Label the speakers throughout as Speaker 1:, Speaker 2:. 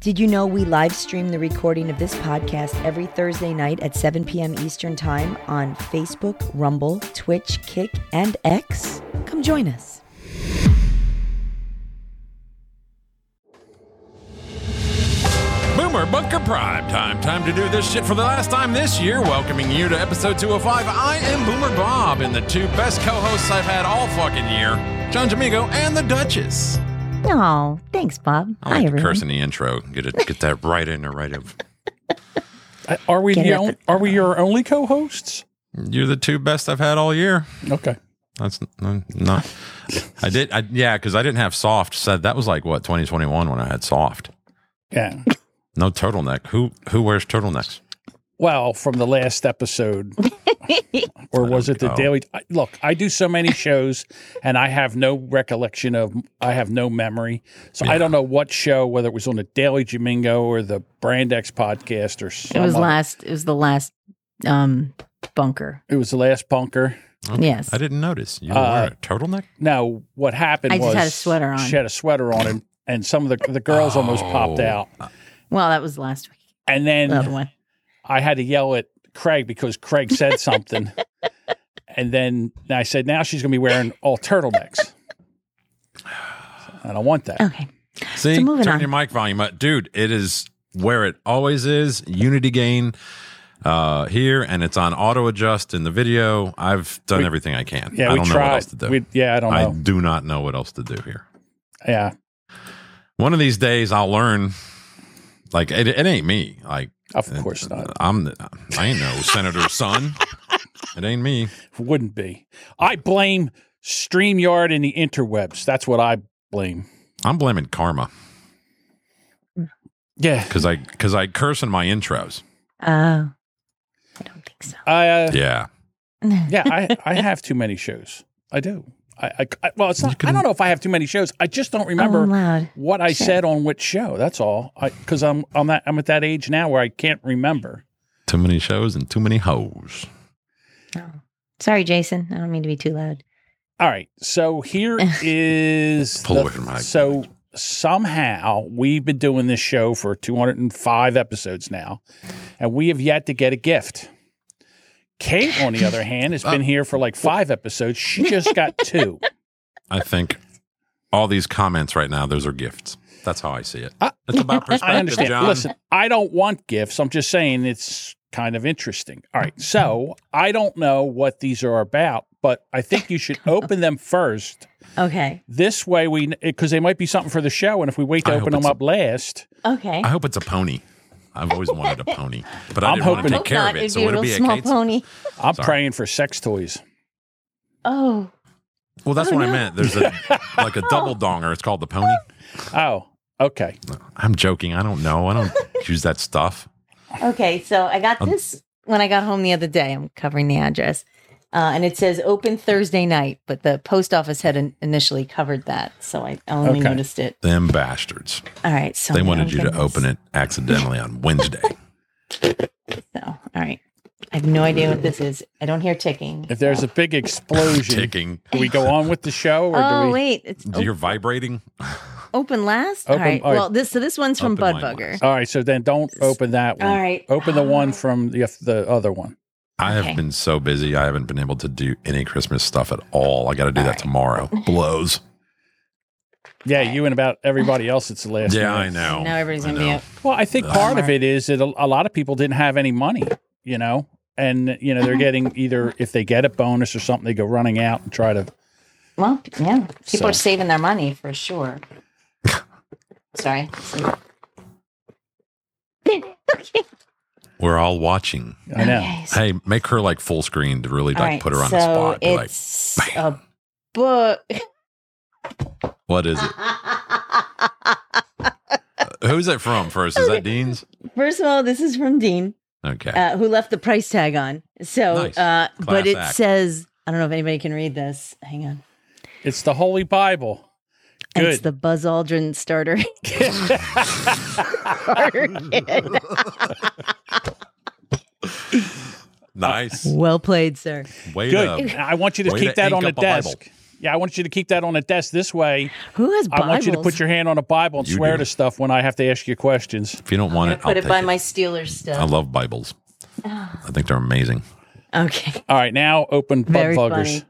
Speaker 1: Did you know we live stream the recording of this podcast every Thursday night at 7 p.m. Eastern Time on Facebook, Rumble, Twitch, Kick, and X? Come join us.
Speaker 2: Boomer Bunker Prime. Time, time to do this shit for the last time this year. Welcoming you to episode 205. I am Boomer Bob, and the two best co-hosts I've had all fucking year, John Domingo and the Duchess.
Speaker 1: Oh, thanks, Bob.
Speaker 2: I like to curse in the intro. Get it, get that right in or right of.
Speaker 3: Uh, Are we
Speaker 1: Get
Speaker 3: the
Speaker 1: up
Speaker 3: on,
Speaker 1: and-
Speaker 3: are we your only co-hosts?
Speaker 2: You're the two best I've had all year.
Speaker 3: Okay.
Speaker 2: That's n- not. I did. I, yeah, because I didn't have soft. Said that was like what 2021 when I had soft.
Speaker 3: Yeah.
Speaker 2: No turtleneck. Who who wears turtlenecks?
Speaker 3: Well, from the last episode, or was it the
Speaker 2: know.
Speaker 3: daily? I- Look, I do so many shows, and I have no recollection of. I have no memory, so I don't know what show, whether it was on the Daily Domingo or the Brand X podcast or.
Speaker 4: It
Speaker 3: Some
Speaker 4: was
Speaker 3: other-
Speaker 4: last. It was the last um bunker.
Speaker 3: It was the last bunker.
Speaker 4: Yes.
Speaker 2: I didn't notice. You
Speaker 3: Uh,
Speaker 2: wear a turtleneck.
Speaker 3: Now, what happened
Speaker 4: I
Speaker 3: was
Speaker 4: just had a sweater on.
Speaker 3: She had a sweater on, and and some of the the girls almost popped
Speaker 2: Oh.
Speaker 3: out,
Speaker 4: Well, that was last week.
Speaker 3: and then
Speaker 4: The other one.
Speaker 3: I had to yell at Craig because Craig said something. and then I said, now she's going to be wearing all turtlenecks. I don't want that.
Speaker 4: Okay.
Speaker 2: See,
Speaker 4: So moving
Speaker 2: turn
Speaker 4: on.
Speaker 2: your mic volume up, dude. It is where it always is. Unity gain uh, here, and it's on auto adjust in the video. I've done everything I can.
Speaker 3: Yeah,
Speaker 2: I
Speaker 3: we
Speaker 2: don't know
Speaker 3: tried.
Speaker 2: what else to do.
Speaker 3: We- yeah, I don't
Speaker 2: I
Speaker 3: know.
Speaker 2: do not know what else to do here.
Speaker 3: yeah.
Speaker 2: One of these days, I'll learn. Like it, it ain't me. Like
Speaker 3: Of course not.
Speaker 2: I'm. I ain't no senator's son. It ain't me.
Speaker 3: Wouldn't be. I blame StreamYard and the interwebs. That's what I blame.
Speaker 2: I'm blaming karma
Speaker 3: Yeah.
Speaker 2: because I because I curse in my intros.
Speaker 4: Oh, I don't think so.
Speaker 3: I, uh,
Speaker 2: Yeah,
Speaker 3: yeah, I, I have too many shows. I do. I, I, I- well, it's not, I don't know if I have too many shows. I just don't remember.
Speaker 4: Oh, I'm loud.
Speaker 3: what I said on which show. That's all. Because I'm I'm at, I'm at that age now where I can't remember.
Speaker 2: too many shows and too many hoes.
Speaker 4: Oh. Sorry, Jason. I don't mean to be too loud.
Speaker 3: All right. So here is
Speaker 2: Pull
Speaker 3: the-
Speaker 2: away from my-
Speaker 3: so somehow we've been doing this show for 205 episodes now, and we have yet to get a gift. Kate, on the other hand,
Speaker 2: Uh,
Speaker 3: has been here for like five episodes. She just got two.
Speaker 2: I think all these comments right now, those are gifts. That's how I see it. it's about perspective,
Speaker 3: I understand.
Speaker 2: John.
Speaker 3: Listen, I don't want gifts. I'm just saying it's kind of interesting. All right. So I don't know what these are about, but I think you should open them first.
Speaker 4: Okay.
Speaker 3: This way, we because they might be something for the show, and if we wait to
Speaker 2: I hope
Speaker 3: open them
Speaker 2: it's a-
Speaker 3: up last,
Speaker 4: Okay.
Speaker 2: I hope it's a pony. I've always wanted a pony, but I
Speaker 3: I'm
Speaker 2: didn't want
Speaker 3: hoping-
Speaker 2: to
Speaker 4: Hope
Speaker 2: take care
Speaker 4: not.
Speaker 2: of it.
Speaker 4: It'd
Speaker 2: So
Speaker 4: be a
Speaker 2: would it
Speaker 4: little
Speaker 2: be a
Speaker 4: small
Speaker 2: Kate's?
Speaker 4: pony.
Speaker 3: I'm
Speaker 2: Sorry.
Speaker 3: praying for sex toys.
Speaker 4: Oh.
Speaker 2: Well, that's
Speaker 4: Oh,
Speaker 2: what I
Speaker 4: no.
Speaker 2: meant. There's a like a double donger. It's called the pony.
Speaker 3: Oh, okay.
Speaker 2: I'm joking. I don't know. I don't use that stuff.
Speaker 4: Okay. So I got
Speaker 2: Um,
Speaker 4: this when I got home the other day. I'm covering the address. Uh, and it says open Thursday night, but the post office had in- initially covered that, so I
Speaker 3: Okay.
Speaker 4: only Oh, noticed it.
Speaker 2: Them bastards.
Speaker 4: All right, so
Speaker 2: They wanted you to open it accidentally on Wednesday.
Speaker 4: So, all right. I have no idea what this is. I don't hear ticking.
Speaker 3: If there's a big explosion,
Speaker 2: Ticking.
Speaker 3: do we go on with the show or
Speaker 4: Oh
Speaker 3: do we?
Speaker 4: wait, it's op-
Speaker 2: You're vibrating.
Speaker 4: open last.
Speaker 3: Open-
Speaker 4: all right.
Speaker 3: all right.
Speaker 4: Well, this so this one's from
Speaker 2: Open mic
Speaker 4: Budbugger.
Speaker 3: All right. So then don't open that one.
Speaker 4: All right.
Speaker 3: Open the one from the the other one.
Speaker 2: I have
Speaker 4: Okay.
Speaker 2: been so busy. I haven't been able to do any Christmas stuff at all. I got to do that tomorrow. Blows.
Speaker 3: Yeah, you and about everybody else. It's the last.
Speaker 2: Yeah,
Speaker 3: minute.
Speaker 2: I know.
Speaker 4: Now everybody's
Speaker 2: I
Speaker 4: gonna be
Speaker 2: know.
Speaker 4: up.
Speaker 3: Well, I think
Speaker 2: Ugh.
Speaker 3: part of it is that a, a lot of people didn't have any money, you know, and you know
Speaker 4: Mm-hmm.
Speaker 3: they're getting either if they get a bonus or something, they go running out and try to.
Speaker 4: Well, p- yeah, people
Speaker 3: So-
Speaker 4: are saving their money for sure. Sorry. okay.
Speaker 2: We're all watching.
Speaker 3: I know.
Speaker 4: Okay, so-
Speaker 2: Hey, make her like full screen to really
Speaker 4: all
Speaker 2: like
Speaker 4: right,
Speaker 2: put her on
Speaker 4: so
Speaker 2: the spot. Be like,
Speaker 4: it's a book.
Speaker 2: what is it? Uh, Who's it from first? Is that Dean's?
Speaker 4: First of all, this is from Dean.
Speaker 2: Okay.
Speaker 4: uh, who left the price tag on. So,
Speaker 2: Nice.
Speaker 4: uh,
Speaker 2: Class
Speaker 4: but it
Speaker 2: act.
Speaker 4: says, I don't know if anybody can read this. Hang on.
Speaker 3: It's the Holy Bible. Good.
Speaker 4: It's the Buzz Aldrin starter. starter kit.
Speaker 2: nice.
Speaker 4: Well played, sir.
Speaker 2: Way
Speaker 3: Good.
Speaker 2: to
Speaker 3: I want you to
Speaker 2: Way
Speaker 3: keep
Speaker 2: to
Speaker 3: that
Speaker 2: ink
Speaker 3: on the
Speaker 2: up a Bible.
Speaker 3: desk. Yeah, I want you to keep that on a desk. This way,
Speaker 4: Who has Bibles?
Speaker 3: I want you to put your hand on a Bible and
Speaker 2: You
Speaker 3: swear
Speaker 2: do.
Speaker 3: to stuff when I have to ask you questions.
Speaker 2: If you don't
Speaker 4: I'm
Speaker 2: want
Speaker 4: gonna
Speaker 2: it, I'll
Speaker 4: put it
Speaker 2: take
Speaker 4: by
Speaker 2: it.
Speaker 4: my Steelers
Speaker 2: I
Speaker 4: stuff.
Speaker 2: love Bibles. I think they're amazing.
Speaker 4: Okay.
Speaker 3: All right, now open
Speaker 4: Very
Speaker 3: butt pluggers.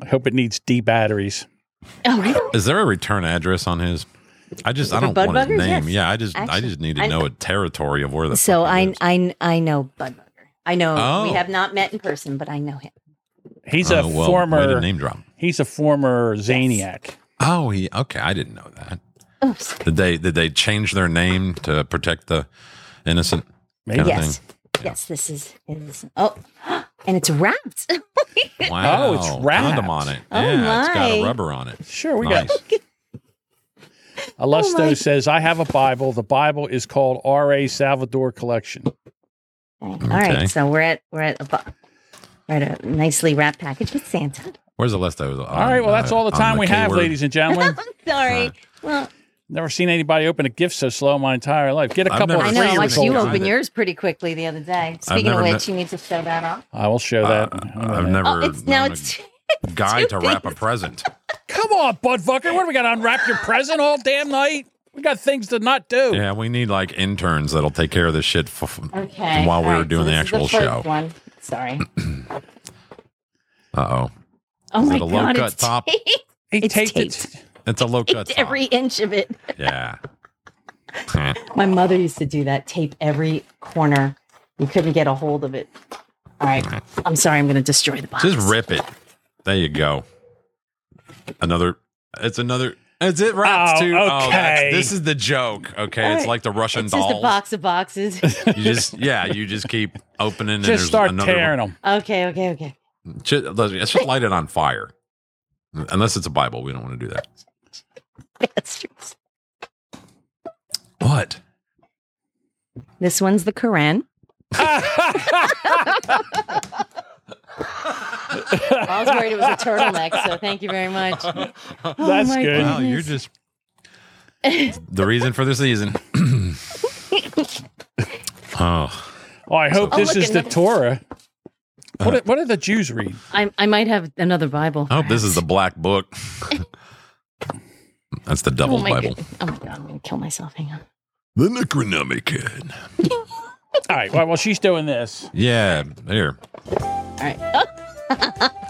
Speaker 3: I hope it needs D batteries.
Speaker 4: Oh, really?
Speaker 2: Is there a return address on his? I just I
Speaker 4: For
Speaker 2: don't
Speaker 4: Bud
Speaker 2: want his
Speaker 4: Buggers?
Speaker 2: name.
Speaker 4: Yes.
Speaker 2: Yeah, I just I
Speaker 4: Actually,
Speaker 2: just need to
Speaker 4: I-
Speaker 2: know a territory of where the
Speaker 4: so
Speaker 2: fuck he
Speaker 4: I,
Speaker 2: lives.
Speaker 4: I I know Budbugger. I know
Speaker 2: Oh.
Speaker 4: we have not met in person, but I know him.
Speaker 3: He's a
Speaker 2: Oh, well, way to
Speaker 3: former.
Speaker 2: name drop.
Speaker 3: He's a former Zaniac.
Speaker 2: Oh, he okay. I didn't know that.
Speaker 4: Oops.
Speaker 2: Did they did they change their name to protect the innocent?
Speaker 3: Maybe.
Speaker 2: Kind of
Speaker 4: Yes. Yes, this is, this is- oh and it's wrapped.
Speaker 2: Wow,
Speaker 3: Oh, it's
Speaker 2: condom
Speaker 3: wrapped.
Speaker 2: on it.
Speaker 4: Oh,
Speaker 2: yeah, it's got a
Speaker 4: my.
Speaker 2: rubber on it.
Speaker 3: Sure, we
Speaker 2: nice.
Speaker 3: got. Alesto
Speaker 4: Oh my-
Speaker 3: says, "I have a Bible. The Bible is called R.A. Salvador Collection."
Speaker 4: All
Speaker 2: Okay.
Speaker 4: right, so we're at we're at a bu- we're at a nicely wrapped package with Santa.
Speaker 2: Where's the list? All
Speaker 3: All right, well, that's all the time we have, ladies and gentlemen.
Speaker 4: I'm sorry.
Speaker 2: Right.
Speaker 4: Well,
Speaker 3: Never seen anybody open a gift so slow in my entire life. Get a
Speaker 2: I've
Speaker 3: couple
Speaker 2: never
Speaker 3: of
Speaker 4: I
Speaker 2: seen
Speaker 3: free
Speaker 4: know. I
Speaker 2: Freezer
Speaker 4: watched you
Speaker 2: folder.
Speaker 4: open yours pretty quickly the other day. Speaking of
Speaker 2: never
Speaker 4: which,
Speaker 2: met-
Speaker 4: you need to show that off.
Speaker 3: I will show that.
Speaker 2: I've Uh, never
Speaker 4: Oh, it's now
Speaker 2: known
Speaker 4: it's
Speaker 2: a guy
Speaker 4: two
Speaker 2: to wrap a
Speaker 4: things.
Speaker 2: present.
Speaker 3: Come on, Budfucker. What do we got to unwrap your present all damn night? We got things to not do.
Speaker 2: Yeah, we need like interns that'll take care of this shit f- f-
Speaker 4: okay.
Speaker 2: while we
Speaker 4: All
Speaker 2: were
Speaker 4: right, so
Speaker 2: doing the
Speaker 4: this is
Speaker 2: actual
Speaker 4: first
Speaker 2: show.
Speaker 4: One. Sorry.
Speaker 2: Uh oh,
Speaker 4: Oh
Speaker 2: Is
Speaker 4: my
Speaker 2: it a low
Speaker 4: god!
Speaker 2: cut
Speaker 4: it's
Speaker 2: top?
Speaker 4: taped
Speaker 3: he
Speaker 4: it's
Speaker 3: taped it.
Speaker 4: taped.
Speaker 2: it's a low cut. top.
Speaker 4: every inch of it.
Speaker 2: yeah. Eh.
Speaker 4: My mother used to do that. Tape every corner. You couldn't get a hold of it. All right. I'm sorry. I'm going to destroy the box.
Speaker 2: Just rip it. There you go. Another. It's another. It's it wrapped
Speaker 3: Oh,
Speaker 2: too. Oh, that's-
Speaker 3: okay.
Speaker 2: this is the joke. Okay, it's like the Russian
Speaker 4: It's
Speaker 2: dolls.
Speaker 4: just a box of boxes.
Speaker 2: You just yeah. You just keep opening. and
Speaker 3: Just
Speaker 2: there's
Speaker 3: start
Speaker 2: another
Speaker 3: tearing them.
Speaker 4: okay. Okay. Okay.
Speaker 2: One. Ju- let's- Let's just light it on fire. Unless it's a Bible, we don't want to do that.
Speaker 4: Bastards.
Speaker 2: What?
Speaker 4: This one's the Quran. I was worried it was a turtleneck, so thank you very much. Oh
Speaker 3: That's
Speaker 4: my
Speaker 3: good.
Speaker 2: Wow, you're just the reason for the season. oh, Uh-huh.
Speaker 3: Oh, I hope
Speaker 4: Oh,
Speaker 3: this
Speaker 4: look,
Speaker 3: is the
Speaker 4: another-
Speaker 3: Torah. What, do- what do the Jews read?
Speaker 4: I, I might have another Bible.
Speaker 2: I hope Oh, this is the Black Book. That's the
Speaker 4: oh
Speaker 2: Devil's
Speaker 4: my
Speaker 2: Bible.
Speaker 4: God. Oh my god! I'm gonna kill myself. Hang on.
Speaker 2: The Necronomicon.
Speaker 3: All right, well, while she's doing this,
Speaker 2: Yeah, here.
Speaker 4: All right. Oh.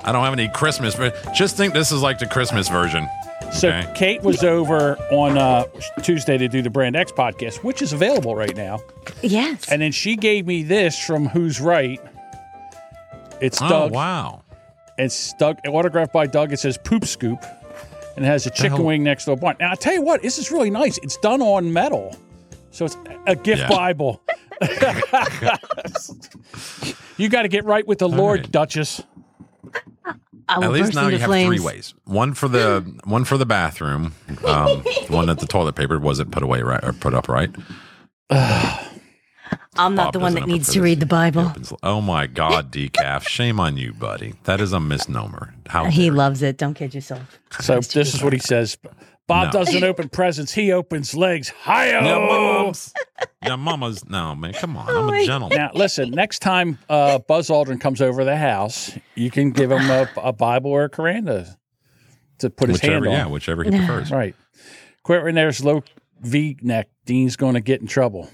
Speaker 2: I don't have any Christmas, but just think this is like the Christmas version.
Speaker 3: so
Speaker 2: Okay.
Speaker 3: Kate was over on uh, Tuesday to do the Brand X podcast, which is available right now.
Speaker 4: yes.
Speaker 3: And then she gave me this from Who's Right. It's
Speaker 2: Oh
Speaker 3: Doug.
Speaker 2: wow!
Speaker 3: It's Doug, autographed by Doug. It says Poop Scoop and it has a chicken
Speaker 2: hell?
Speaker 3: wing next to a bun. Now, i tell you what, this is really nice. It's done on metal. So it's a gift
Speaker 2: Yeah.
Speaker 3: Bible. you got to get right with the Lord,
Speaker 2: right.
Speaker 3: Duchess.
Speaker 4: I will
Speaker 2: At least
Speaker 4: burst
Speaker 2: now
Speaker 4: into
Speaker 2: you have
Speaker 4: flames.
Speaker 2: three ways: one for the one for the bathroom, um, one that the toilet paper wasn't put away right or put up right.
Speaker 4: I'm not
Speaker 2: Bob
Speaker 4: the one
Speaker 2: doesn't
Speaker 4: that
Speaker 2: have a
Speaker 4: needs to
Speaker 2: purpose.
Speaker 4: read the Bible.
Speaker 2: Opens- Oh my God, decaf! Shame on you, buddy. That is a misnomer. How
Speaker 4: He
Speaker 2: dare-
Speaker 4: loves it. Don't kid yourself.
Speaker 3: So this is what he says Bob
Speaker 2: No.
Speaker 3: doesn't open presents, he opens legs. Hi,
Speaker 2: Yeah, mom's. Yeah, mama's. No, man, come on.
Speaker 4: Oh
Speaker 3: Oh
Speaker 2: I'm a gentleman.
Speaker 3: Now, listen, next time uh, Buzz Aldrin comes over the house, you can give him a, a Bible or a Quran to, to put his
Speaker 2: Whichever,
Speaker 3: hand on.
Speaker 2: yeah, whichever he prefers.
Speaker 3: Right. Quentin there's low V neck. Dean's going to get in trouble.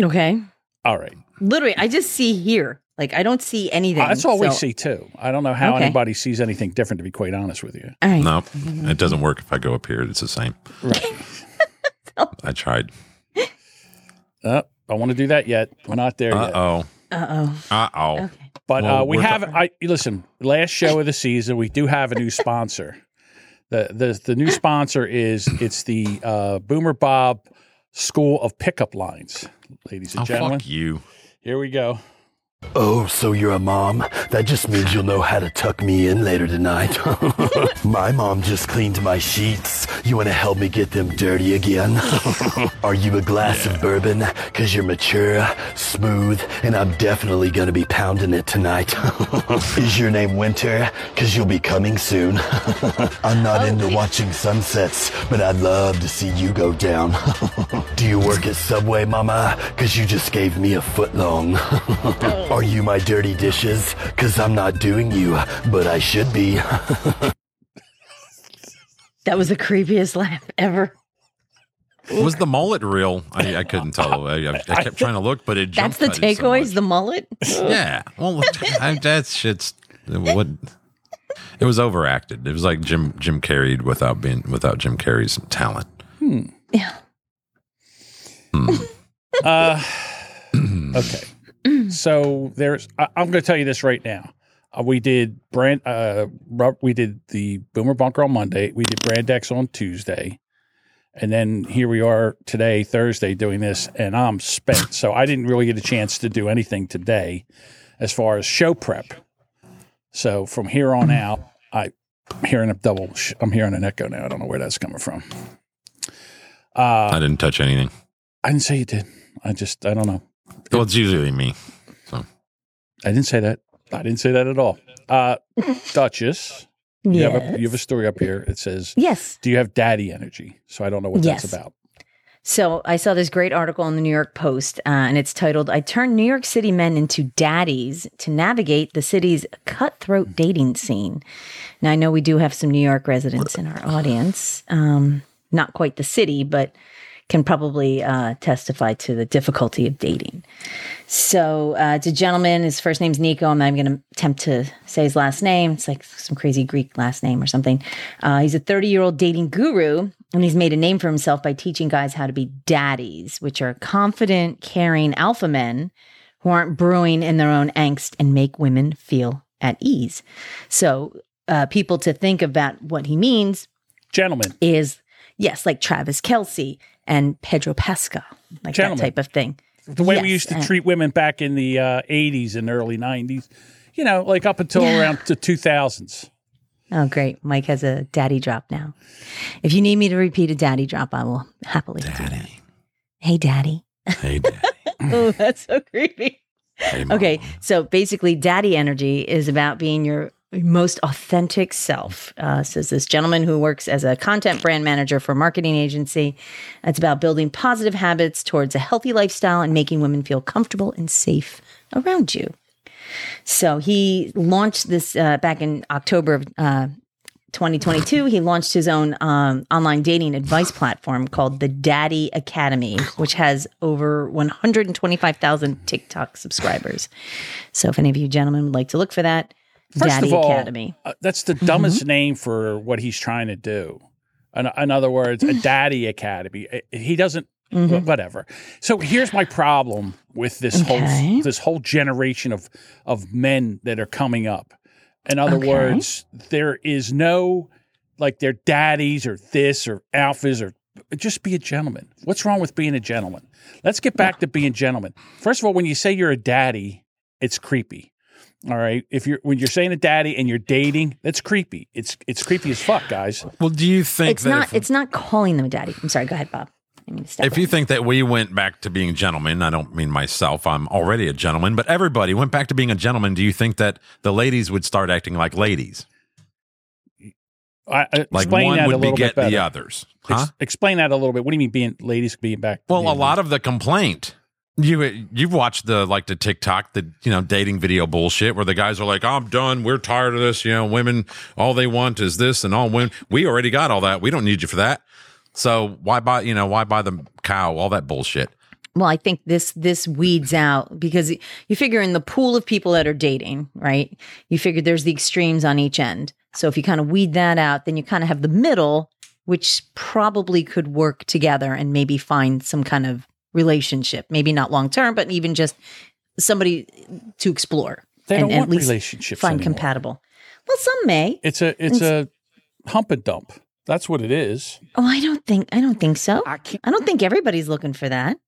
Speaker 4: Okay.
Speaker 3: All right.
Speaker 4: Literally, I just see here. Like I don't see anything.
Speaker 3: That's all we
Speaker 4: so-
Speaker 3: see, too. I don't know how
Speaker 4: Okay.
Speaker 3: anybody sees anything different, to be quite honest with you.
Speaker 4: All right.
Speaker 2: No, it doesn't work if I go up here. It's the same. I tried.
Speaker 3: Uh, I want to do that yet. We're not there
Speaker 2: Uh
Speaker 3: yet.
Speaker 2: oh.
Speaker 4: Uh oh.
Speaker 2: Uh oh.
Speaker 4: Okay.
Speaker 3: But uh,
Speaker 2: Well,
Speaker 3: we
Speaker 2: we're
Speaker 3: have, I listen, last show of the season, we do have a new sponsor. The, the, the new sponsor is it's the uh, Boomer Bob School of Pickup Lines, ladies and
Speaker 2: Oh,
Speaker 3: gentlemen.
Speaker 2: fuck you.
Speaker 3: Here we go.
Speaker 5: Oh, so you're a mom? That just means you'll know how to tuck me in later tonight. my mom just cleaned my sheets. You want to help me get them dirty again? Are you a glass of bourbon? Because you're mature, smooth, and I'm definitely going to be pounding it tonight. Is your name Winter? Because you'll be coming soon. I'm not into watching sunsets, but I'd love to see you go down. Do you work at Subway, Mama? Because you just gave me a foot long. Are you my dirty dishes? Cause I'm not doing you, but I should be.
Speaker 4: That was the creepiest laugh ever.
Speaker 2: Was the mullet real? I, I couldn't tell. I, I, I kept trying to look, but it.
Speaker 4: That's
Speaker 2: jump
Speaker 4: the
Speaker 2: cutted so
Speaker 4: takeaways,
Speaker 2: much.
Speaker 4: the mullet.
Speaker 2: yeah. Well, I, that shit's what. It was overacted. It was like Jim Jim Carrey without being without Jim Carrey's talent.
Speaker 3: Hmm.
Speaker 4: Yeah.
Speaker 3: Uh, okay. So there's. I, I'm going to tell you this right now. Uh, we did brand. Uh, Rob- we did the Boomer Bunker on Monday. We did Brandex on Tuesday, and then here we are today, Thursday, doing this. And I'm spent, so I didn't really get a chance to do anything today, as far as show prep. So from here on out, I, I'm hearing a double. Sh- I'm hearing an echo now. I don't know where that's coming from. Uh,
Speaker 2: I didn't touch anything.
Speaker 3: I didn't say you did. I just I don't know.
Speaker 2: Well, it's usually me.
Speaker 3: I didn't say that. I didn't say that at all. Uh, Duchess, you, have a, you have a story up here. It says,
Speaker 4: yes.
Speaker 3: "Do you have daddy energy?" So I don't know what
Speaker 4: Yes.
Speaker 3: that's about.
Speaker 4: So I saw this great article in the New York Post, uh, and it's titled "I Turned New York City Men into Daddies to Navigate the City's Cutthroat Dating Scene." Now I know we do have some New York residents in our audience, um, not quite the city, but can probably uh, testify to the difficulty of dating. So uh, it's a gentleman. His first name's Nico. I'm not going to attempt to say his last name. It's like some crazy Greek last name or something. Uh, he's a 30 year old dating guru, and he's made a name for himself by teaching guys how to be daddies, which are confident, caring alpha men who aren't brewing in their own angst and make women feel at ease. So uh, people to think about what he means
Speaker 3: Gentlemen,
Speaker 4: is yes, like Travis Kelsey and Pedro Pascal, like
Speaker 3: Gentlemen.
Speaker 4: that type of thing.
Speaker 3: the way
Speaker 4: Yes,
Speaker 3: we used to
Speaker 4: and-
Speaker 3: treat women back in the uh, '80s and early '90s, you know, like up until
Speaker 4: Yeah.
Speaker 3: around the 2000s.
Speaker 4: Oh, great. Mike has a daddy drop now. If you need me to repeat a daddy drop, I will happily. do that.
Speaker 2: Daddy.
Speaker 4: Hey, daddy.
Speaker 2: Hey, daddy.
Speaker 4: Oh, that's so creepy.
Speaker 2: Hey, Mom.
Speaker 4: Okay, so basically, daddy energy is about being your most authentic self, uh, says this gentleman who works as a content brand manager for a marketing agency. It's about building positive habits towards a healthy lifestyle and making women feel comfortable and safe around you. So he launched this uh, back in October of uh, 2022, he launched his own um, online dating advice platform called the Daddy Academy, which has over 125,000 TikTok subscribers. So, if any of you gentlemen would like to look for that,
Speaker 3: First
Speaker 4: Daddy
Speaker 3: of all,
Speaker 4: Academy. Mm-hmm.
Speaker 3: uh, that's the dumbest name for what he's trying to do. In, in other words,
Speaker 4: Mm.
Speaker 3: a daddy academy. Uh, He doesn't.
Speaker 4: Mm-hmm.
Speaker 3: wh- Whatever. So here's my problem with this
Speaker 4: Okay.
Speaker 3: whole this whole generation of of men that are coming up. In other
Speaker 4: Okay.
Speaker 3: words, there is no like their daddies or this or alphas or just be a gentleman. What's wrong with being a gentleman? Let's get back to being gentlemen. First of all, when you say you're a daddy, it's creepy. All right. If you're when you're saying a daddy and you're dating, that's creepy. It's it's creepy as fuck, guys.
Speaker 2: Well, do you think
Speaker 4: It's
Speaker 2: that
Speaker 4: not,
Speaker 2: if,
Speaker 4: it's not calling them a daddy. I'm sorry. Go ahead, Bob. I mean, step
Speaker 2: if you think that we went back to being gentlemen, I don't mean myself. I'm already a gentleman, but everybody went back to being a gentleman. Do you think that the ladies would start acting like ladies?
Speaker 3: I, I-
Speaker 2: Like
Speaker 3: explain
Speaker 2: one
Speaker 3: that a
Speaker 2: would
Speaker 3: little bit
Speaker 2: beget
Speaker 3: better.
Speaker 2: the others, huh?
Speaker 3: Ex- explain that a little bit. What do you mean being ladies being back?
Speaker 2: Well, a lot of the complaint. You you've watched the like the TikTok the you know dating video bullshit where the guys are like I'm done we're tired of this you know women all they want is this and all women we already got all that we don't need you for that so why buy you know why buy the cow all that bullshit
Speaker 4: well i think this this weeds out because you figure in the pool of people that are dating right you figure there's the extremes on each end so if you kind of weed that out then you kind of have the middle which probably could work together and maybe find some kind of relationship maybe not long term but even just somebody to explore
Speaker 3: They don't
Speaker 4: and, and
Speaker 3: want
Speaker 4: at least
Speaker 3: relationships
Speaker 4: find
Speaker 3: anymore.
Speaker 4: compatible well some may
Speaker 3: It's a it's a hump and dump. That's what it is.
Speaker 4: oh i don't think i don't think so
Speaker 3: I can't.
Speaker 4: i don't think everybody's looking for that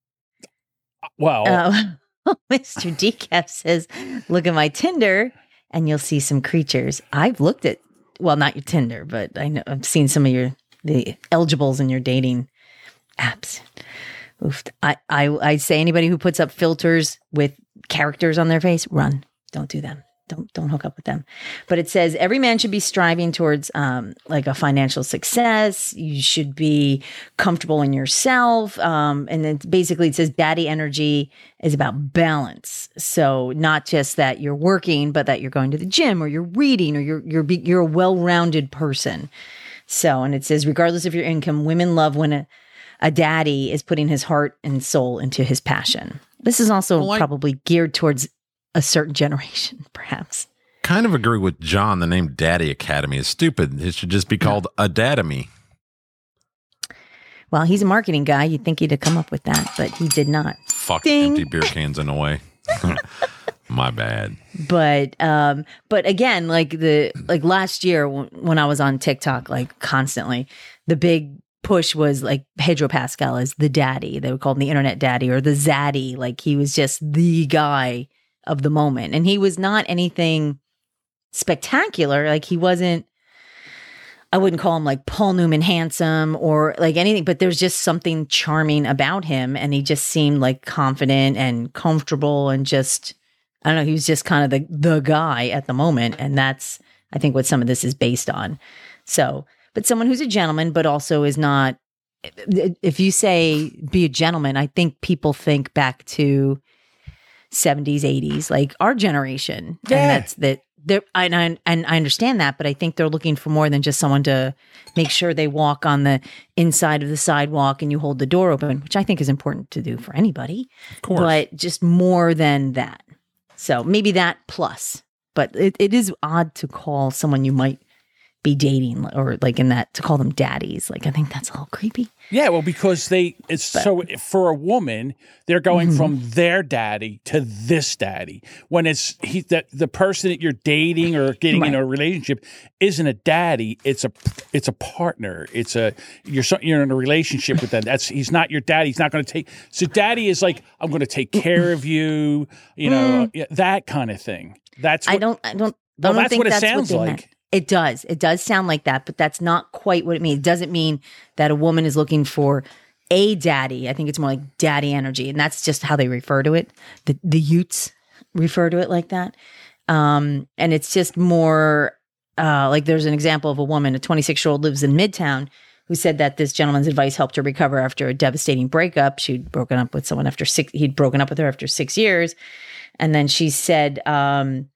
Speaker 3: Well,
Speaker 4: Oh, Mr. Decaf says, look at my Tinder and you'll see some creatures. I've looked at, well, not your Tinder, but I know I've seen some of your, the eligibles in your dating apps. Oof. I, I, I say anybody who puts up filters with characters on their face, run. Don't do them. don't don't hook up with them. But it says every man should be striving towards um, like a financial success. You should be comfortable in yourself. Um, and then basically it says daddy energy is about balance. So not just that you're working, but that you're going to the gym or you're reading or you're you're be, you're a well-rounded person. So and it says regardless of your income, women love when a a daddy is putting his heart and soul into his passion. This is also
Speaker 2: Well, I-
Speaker 4: probably geared towards a certain generation, perhaps.
Speaker 2: Kind of agree with John. The name Daddy Academy is stupid. It should just be called Adatomy.
Speaker 4: Well, he's a marketing guy. You'd think he'd have come up with that, but he did not.
Speaker 2: Fuck
Speaker 4: Ding.
Speaker 2: empty beer cans in a way. My bad.
Speaker 4: But um, but again, like the like last year when when I was on TikTok, like constantly, the big push was like Pedro Pascal is the daddy. They would call him the internet daddy or the zaddy. Like he was just the guy of the moment, and he was not anything spectacular. Like he wasn't. I wouldn't call him like Paul Newman handsome or like anything, but there's just something charming about him. And he just seemed like confident and comfortable and just, I don't know, he was just kind of the, the guy at the moment. And that's, I think, what some of this is based on. So, but someone who's a gentleman, but also is not, if you say be a gentleman, I think people think back to 70s, 80s, like our generation.
Speaker 3: Yeah.
Speaker 4: And that's that. They're, and, I, and I understand that, but I think they're looking for more than just someone to make sure they walk on the inside of the sidewalk and you hold the door open, which I think is important to do for anybody. Of
Speaker 2: course.
Speaker 4: But just more than that. So maybe that plus. But it, it is odd to call someone you might be dating or like in that to call them daddies. Like I think that's a little creepy.
Speaker 3: Yeah, well, because they it's so for a woman, they're going
Speaker 4: Mm-hmm.
Speaker 3: from their daddy to this daddy. When it's he that the person that you're dating or getting in
Speaker 4: Right.
Speaker 3: a relationship isn't a daddy, it's a it's a partner. It's a you're so, you're in a relationship with them. That's he's not your daddy. He's not going to take. So daddy is like I'm going to take care of you. You know yeah, that kind of thing. That's what,
Speaker 4: Mm. I don't I don't
Speaker 3: Well,
Speaker 4: I don't
Speaker 3: that's
Speaker 4: think
Speaker 3: what it
Speaker 4: that's
Speaker 3: sounds
Speaker 4: what they
Speaker 3: like.
Speaker 4: meant. It does. It does sound like that, but that's not quite what it means. It doesn't mean that a woman is looking for a daddy. I think it's more like daddy energy, and that's just how they refer to it. The the Utes refer to it like that. Um, and it's just more uh, like there's an example of a woman, a 26 year old lives in Midtown, who said that this gentleman's advice helped her recover after a devastating breakup. She'd broken up with someone after six, he'd broken up with her after six years. And then she said, um,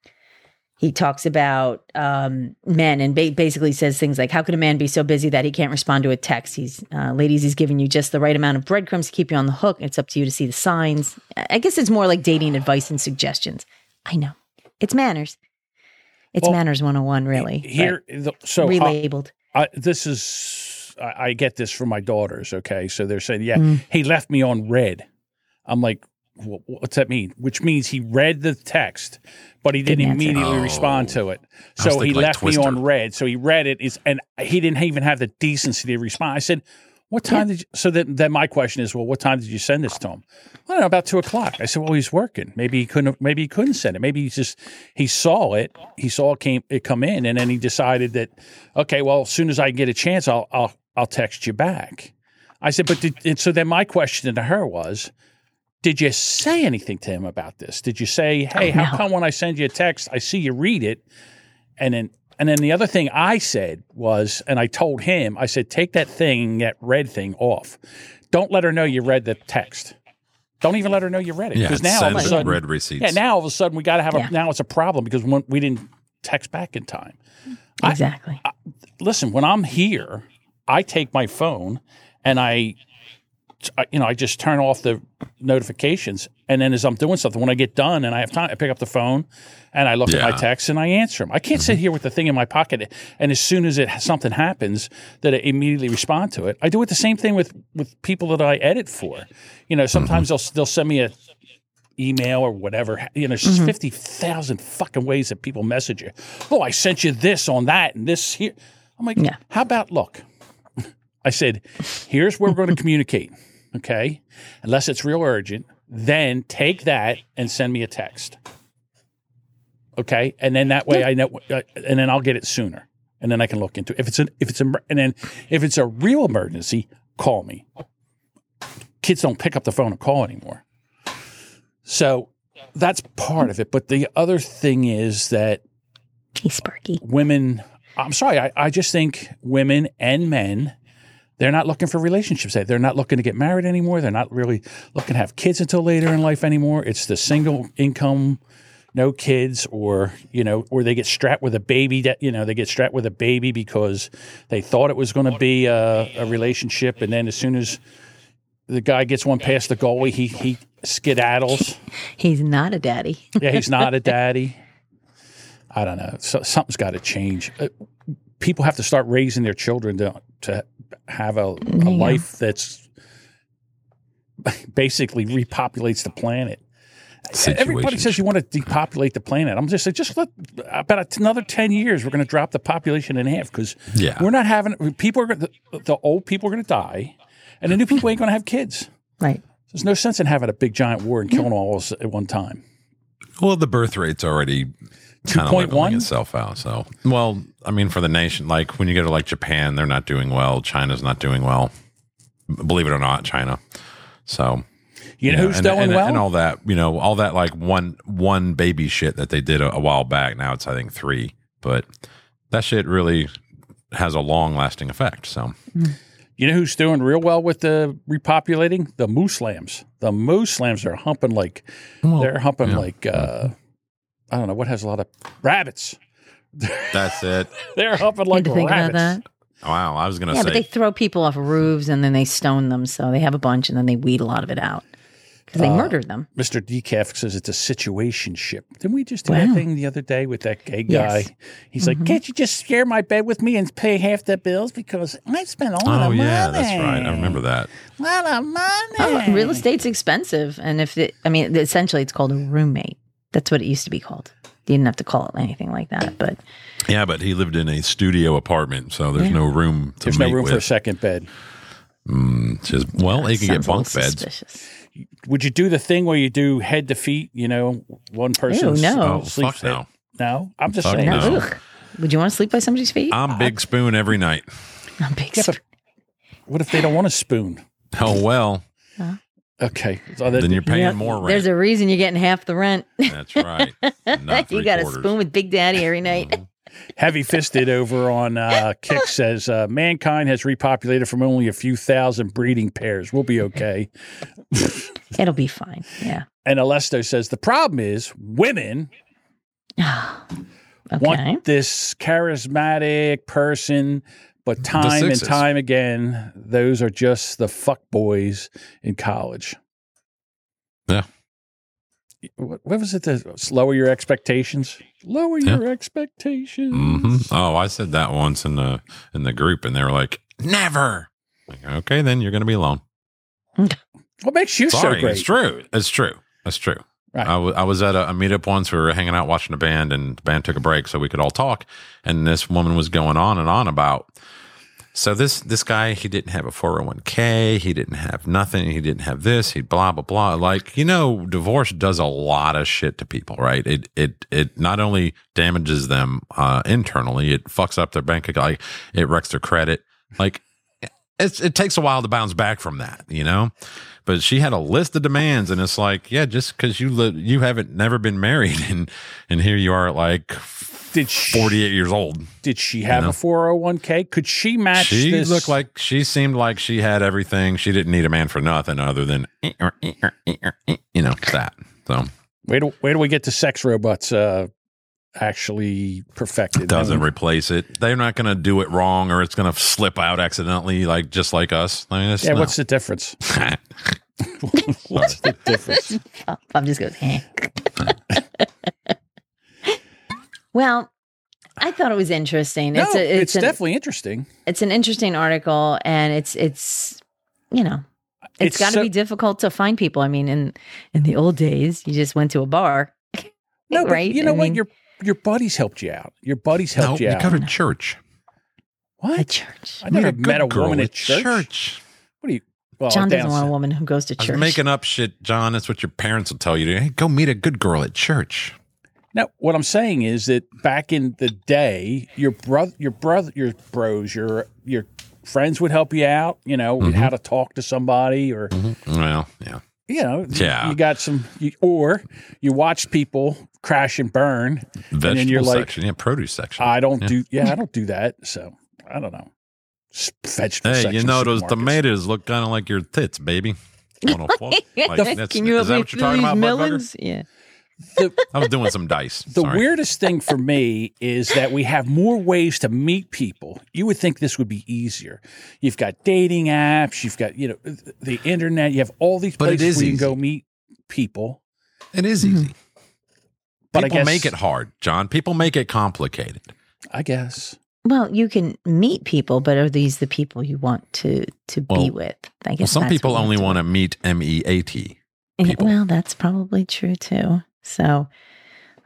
Speaker 4: he talks about um, men and ba- basically says things like, How could a man be so busy that he can't respond to a text? He's, uh, ladies, he's giving you just the right amount of breadcrumbs to keep you on the hook. It's up to you to see the signs. I I guess it's more like dating advice and suggestions. I know. It's manners. It's
Speaker 3: Well,
Speaker 4: manners 101, really. but-
Speaker 3: here. The, so uh,
Speaker 4: relabeled.
Speaker 3: I, this is I, I get this from my daughters. Okay, so they're saying, yeah,
Speaker 4: Mm.
Speaker 3: he left me on red. I'm like, "Wha- what's that mean? Which means he read the text, but he didn't
Speaker 4: Didn't answer.
Speaker 3: immediately
Speaker 2: Oh.
Speaker 3: respond to it.
Speaker 2: I was
Speaker 3: So he
Speaker 2: thinking like
Speaker 3: left
Speaker 2: Twister.
Speaker 3: me on red. So he read it, is and he didn't even have the decency to respond. I said. What time did you? So then, then my question is, well, what time did you send this to him? I don't know, about two o'clock. I said, well, he's working. Maybe he couldn't. Maybe he couldn't send it. Maybe he just he saw it. He saw it came it come in, and then he decided that okay, well, as soon as I get a chance, I'll I'll I'll text you back. I said, but did, and so then my question to her was, did you say anything to him about this? Did you say,
Speaker 4: Oh,
Speaker 3: hey, how come when I send you a text, I see you read it, and then and then the other thing I said was, and I told him, I said, take that thing, that red thing off. Don't let her know you read the text. Don't even let her know you read it.
Speaker 2: Yeah,
Speaker 3: Because now all of a
Speaker 2: send
Speaker 3: sudden,
Speaker 2: red receipts.
Speaker 3: yeah, now all of a sudden we got to have a
Speaker 4: Yeah.
Speaker 3: now it's a problem because when we didn't text back in time
Speaker 4: exactly.
Speaker 3: listen, when I'm here, I take my phone and I, I- you know, I just turn off the notifications. And then as I'm doing something, when I get done and I have time, I pick up the phone and I look at
Speaker 2: Yeah.
Speaker 3: my texts and I answer them. I can't sit here with the thing in my pocket and as soon as it something happens that I immediately respond to it. I do it the same thing with with people that I edit for. You know, sometimes they'll they'll send me a email or whatever. You know, there's 50,000 fucking ways that people message you. Oh, I sent you this on that and this here. I'm like,
Speaker 4: Yeah.
Speaker 3: how about look? I said, here's where we're going to communicate. Okay. Unless it's real urgent, then take that and send me a text. Okay. And then that way I know, uh, and then I'll get it sooner. And then I can look into it. If it's an, if it's, a, and then if it's a real emergency, call me. Kids don't pick up the phone and call anymore. So that's part of it. But the other thing is that
Speaker 4: He's sparky.
Speaker 3: women i'm sorry I, I just think women and men they're not looking for relationships they're not looking to get married anymore they're not really looking to have kids until later in life anymore it's the single income no kids or you know or they get strapped with a baby that you know they get strapped with a baby because they thought it was going to be a, a relationship and then as soon as the guy gets one past the goalie he he skedaddles
Speaker 4: He's not a daddy.
Speaker 3: yeah, he's not a daddy. I don't know. So, something's got to change. Uh, people have to start raising their children to to have a, a life that's basically repopulates the planet. Everybody
Speaker 2: Situations.
Speaker 3: says you want to depopulate the planet. I'm just saying, just let about another ten years, we're going to drop the population in half because
Speaker 2: Yeah.
Speaker 3: we're not having people are gonna- the, the old people are going to die, and the new people ain't going to have kids.
Speaker 1: Right.
Speaker 3: There's no sense in having a big giant war and killing all of us at one time.
Speaker 2: Well, the birth rate's already kind of
Speaker 3: 2.1?
Speaker 2: leveling itself out. So, well, I mean, for the nation, like when you go to like Japan, they're not doing well. China's not doing well. B- Believe it or not, China. So,
Speaker 3: You know who's
Speaker 2: and,
Speaker 3: doing
Speaker 2: and,
Speaker 3: well?
Speaker 2: and all that, you know, all that like one one baby shit that they did a, a while back. Now it's I think three, but that shit really has a long lasting effect. So,
Speaker 3: You know who's doing real well with the repopulating? The moose lambs. The moose lambs are humping like they're humping like uh, I don't know what has a lot of rabbits.
Speaker 2: that's it.
Speaker 3: They're humping
Speaker 4: Had
Speaker 3: like
Speaker 4: to think
Speaker 3: rabbits.
Speaker 4: about that.
Speaker 2: Wow, I was gonna
Speaker 4: Yeah,
Speaker 2: say
Speaker 4: but they throw people off roofs and then they stone them. So they have a bunch and then they weed a lot of it out because
Speaker 2: uh,
Speaker 3: Uh,
Speaker 4: they murdered them.
Speaker 3: Mr. Decaf says it's a situation ship. Didn't we just do that thing the other day with that gay guy?
Speaker 4: Yes. Mm-hmm.
Speaker 3: He's like, Can't you just share my bed with me and pay half the bills because I spent all
Speaker 2: Oh
Speaker 3: the money?
Speaker 2: yeah, that's right. I remember that.
Speaker 3: A lot of money.
Speaker 4: Oh, real estate's expensive, and if it, I mean, essentially, it's called a roommate. That's what it used to be called. You didn't have to call it anything like that, but
Speaker 2: Yeah, but he lived in a studio apartment, so there's no room to
Speaker 3: There's no
Speaker 2: make
Speaker 3: room
Speaker 2: with. Mm,
Speaker 3: for a second bed.
Speaker 2: Just- well, he could get
Speaker 4: sounds a little
Speaker 2: bunk beds.
Speaker 4: Suspicious.
Speaker 3: Would you do the thing where you do head to feet? You know, one person.
Speaker 4: no.
Speaker 2: Oh, fuck no.
Speaker 3: No, I'm just
Speaker 2: Fuck
Speaker 3: saying.
Speaker 2: no.
Speaker 4: Now, ugh. would you want to sleep by somebody's feet?
Speaker 2: I'm big spoon every night.
Speaker 4: I'm big.
Speaker 3: Yeah, but what if they don't want a spoon?
Speaker 2: Oh well,
Speaker 3: Okay,
Speaker 2: then you're paying
Speaker 4: Yeah,
Speaker 2: more rent.
Speaker 4: There's a reason you're getting half the rent.
Speaker 2: That's right. Not
Speaker 4: you
Speaker 2: three
Speaker 4: got a
Speaker 2: quarters.
Speaker 4: spoon with Big Daddy every night.
Speaker 3: Mm-hmm. heavy fisted over on uh, Kick says uh, mankind has repopulated from only a few thousand breeding pairs. We'll be okay.
Speaker 4: It'll be fine. Yeah.
Speaker 3: And Alesto says the problem is women
Speaker 4: Okay.
Speaker 3: want this charismatic person, but time and
Speaker 2: sixes.
Speaker 3: time again, those are just the fuck boys in college.
Speaker 2: Yeah.
Speaker 3: What, what was it? The lower your expectations. Lower
Speaker 2: Yeah.
Speaker 3: your expectations.
Speaker 2: Mhm. Oh, I said that once in the in the group, and they were like, "Never." Like, okay, then you're going to be alone.
Speaker 3: What makes you
Speaker 2: Sorry,
Speaker 3: so great?
Speaker 2: it's true. It's true. It's true.
Speaker 3: Right.
Speaker 2: I wa- I was at a, a meetup once. We were hanging out watching a band, and the band took a break so we could all talk. And this woman was going on and on about. So this this guy, he didn't have a four hundred one k. He didn't have nothing. He didn't have this. He blah blah blah. Like you know, divorce does a lot of shit to people, right? It it it not only damages them uh, internally, it fucks up their bank account. Like, it wrecks their credit. Like it's, it takes a while to bounce back from that, you know. But she had a list of demands, and it's like, yeah, just because you li- you haven't never been married, and and here you are at like
Speaker 3: Did she,
Speaker 2: forty eight years old.
Speaker 3: Did she have a 401k? Could she match
Speaker 2: She
Speaker 3: this?
Speaker 2: looked like she seemed like she had everything. She didn't need a man for nothing other than you know that. So
Speaker 3: Where do, where do we get the sex robots uh, actually perfected?
Speaker 2: doesn't replace it. They're not going to do it wrong, or it's going to slip out accidentally, like just like us. I mean, it's-
Speaker 3: Yeah,
Speaker 2: no.
Speaker 3: what's the difference? What's the difference?
Speaker 4: Oh, Bob just goes, eh. well, I thought it was interesting.
Speaker 3: No,
Speaker 4: it's a, it's,
Speaker 3: it's
Speaker 4: an,
Speaker 3: definitely interesting.
Speaker 4: it's an interesting article, and it's it's you know
Speaker 3: It's
Speaker 4: it's got to
Speaker 3: so-
Speaker 4: be difficult to find people. I mean, in in the old days, you just went to a bar.
Speaker 3: No, but
Speaker 4: right?
Speaker 3: you know
Speaker 4: I
Speaker 3: what?
Speaker 4: mean-
Speaker 3: your your buddies helped you out. Your buddies
Speaker 2: no,
Speaker 3: helped
Speaker 2: you
Speaker 3: you out.
Speaker 2: go to church.
Speaker 4: A
Speaker 3: what?
Speaker 4: church.
Speaker 3: I never
Speaker 2: Meet
Speaker 3: met a
Speaker 2: good girl
Speaker 3: woman at
Speaker 2: at
Speaker 3: church.
Speaker 2: church.
Speaker 3: What do you? Well,
Speaker 4: John doesn't
Speaker 3: down-
Speaker 4: want a woman who goes to
Speaker 2: I
Speaker 4: church.
Speaker 2: was making up shit, John. That's what your parents will tell you. to- Hey, go meet a good girl at church.
Speaker 3: No, what I'm saying is that back in the day, your brother, your brother, your bros, your
Speaker 2: Mm-hmm.
Speaker 3: your friends would help you out. You know, with how to talk to somebody or
Speaker 2: Well, yeah.
Speaker 3: you know,
Speaker 2: Yeah.
Speaker 3: you got some, you, or you watch people crash and burn,
Speaker 2: Vegetable
Speaker 3: and then you're like,
Speaker 2: section, yeah, produce section.
Speaker 3: I don't
Speaker 2: Yeah.
Speaker 3: do, yeah, I don't do that. So I don't know. S- Vegetable
Speaker 2: Hey, you
Speaker 3: section
Speaker 2: know those
Speaker 3: supermarkets.
Speaker 2: tomatoes look kind of like your tits, baby. On a fork. Like, that's-
Speaker 4: Can you
Speaker 2: is
Speaker 4: help
Speaker 2: that what you're
Speaker 4: me through
Speaker 2: talking
Speaker 4: these
Speaker 2: about, Buttburger?
Speaker 4: melons? Yeah.
Speaker 3: The,
Speaker 2: I was doing some dice.
Speaker 3: the
Speaker 2: Sorry.
Speaker 3: weirdest thing for me is that we have more ways to meet people. You would think this would be easier. You've got dating apps, you've got, you know, th- the internet, you have all these
Speaker 2: But it
Speaker 3: places
Speaker 2: is
Speaker 3: where you can
Speaker 2: easy.
Speaker 3: go meet people.
Speaker 2: It is easy.
Speaker 3: Hmm. But
Speaker 2: People
Speaker 3: I guess,
Speaker 2: make it hard, John. People make it complicated.
Speaker 3: I guess.
Speaker 4: Well, you can meet people, but are these the people you want to to
Speaker 2: Well-
Speaker 4: be with? I guess
Speaker 2: Well, some
Speaker 4: that's
Speaker 2: people
Speaker 4: what-
Speaker 2: only want to meet M E A T.
Speaker 4: Yeah,
Speaker 2: people.
Speaker 4: Well, that's probably true too. So,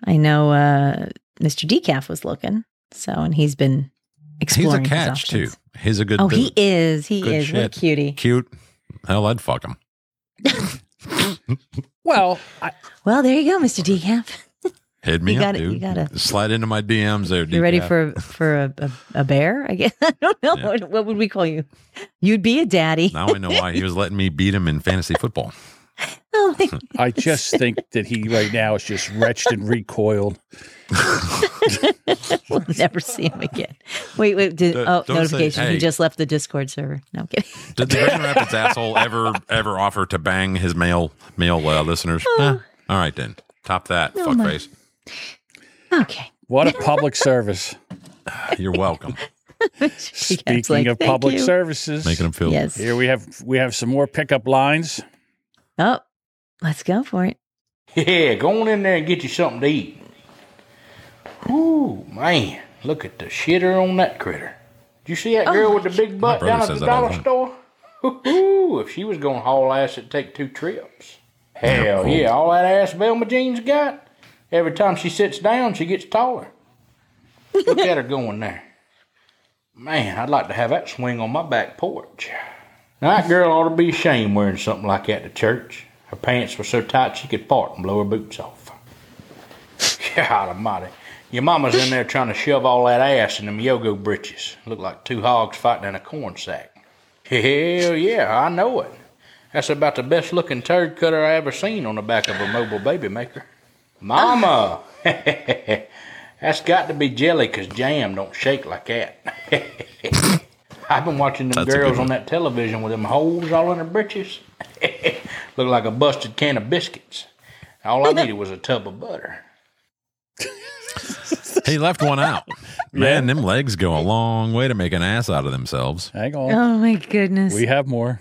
Speaker 4: I know uh, Mr. Decaf was looking. So, and he's been
Speaker 2: He's a
Speaker 4: exploring. his
Speaker 2: catch too.
Speaker 4: options.
Speaker 2: He's a good.
Speaker 4: Oh,
Speaker 2: dude.
Speaker 4: he is. He
Speaker 2: Good
Speaker 4: is. What a
Speaker 2: shit.
Speaker 4: cutie.
Speaker 2: cute. Hell, I'd fuck him.
Speaker 3: Well, I,
Speaker 4: Well, there you go, Mr. Decaf.
Speaker 2: Hit me
Speaker 4: You
Speaker 2: up,
Speaker 4: gotta-
Speaker 2: dude.
Speaker 4: you gotta-
Speaker 2: slide into my DMs there.
Speaker 4: You ready
Speaker 2: decaf.
Speaker 4: for for a, a, a bear? I guess I don't know
Speaker 2: Yeah.
Speaker 4: what, what would we call you. You'd be a daddy.
Speaker 2: Now I know why he was letting me beat him in fantasy football.
Speaker 4: Oh my
Speaker 3: I just think that he right now is just wretched and recoiled.
Speaker 4: We'll never see him again. Wait, wait. Did,
Speaker 2: Don't-
Speaker 4: oh,
Speaker 2: don't say,
Speaker 4: notification.
Speaker 2: "Hey."
Speaker 4: He just left the Discord server. No I'm kidding.
Speaker 2: Did the Grand Rapids asshole ever ever offer to bang his male male uh, listeners?
Speaker 4: Oh.
Speaker 2: Huh? All right then, top that fuckface.
Speaker 4: Okay.
Speaker 3: What a public service.
Speaker 2: You're welcome.
Speaker 3: Speaking
Speaker 4: like,
Speaker 3: of
Speaker 4: "Thank
Speaker 3: public
Speaker 4: you."
Speaker 3: services,
Speaker 2: Making him feel
Speaker 4: Yes.
Speaker 3: here we have we have some more pickup lines.
Speaker 4: Oh, let's go for it.
Speaker 6: Yeah, go on in there and get you something to eat. Ooh, man, look at the shitter on that critter. Did you see that girl with the big butt
Speaker 2: brother
Speaker 6: down at
Speaker 2: says
Speaker 6: the
Speaker 2: that all
Speaker 6: dollar
Speaker 2: the time.
Speaker 6: store? Ooh, if she was gonna haul ass, it'd take two trips.
Speaker 2: oh.
Speaker 6: Hell yeah, all that ass Velma Jean's got. Every time she sits down, she gets taller. Look at her going there. Man, I'd like to have that swing on my back porch. Now, that girl ought to be ashamed wearing something like that to church. Her pants were so tight she could part and blow her boots off. God almighty. Your mama's in there trying to shove all that ass in them yogo britches. Look like two hogs fighting in a corn sack. Hell yeah, I know it. That's about the best looking turd cutter I ever seen on the back of a mobile baby maker. Mama! That's got to be jelly 'cause jam don't shake like that. I've been watching them
Speaker 2: That's a good
Speaker 6: girls
Speaker 2: one.
Speaker 6: on that television with them holes all in their britches. Look like a busted can of biscuits. All I needed was a tub of butter.
Speaker 2: He left one out. Man, them legs go a long way to make an ass out of themselves.
Speaker 3: Hang on.
Speaker 4: Oh my goodness.
Speaker 3: We have more.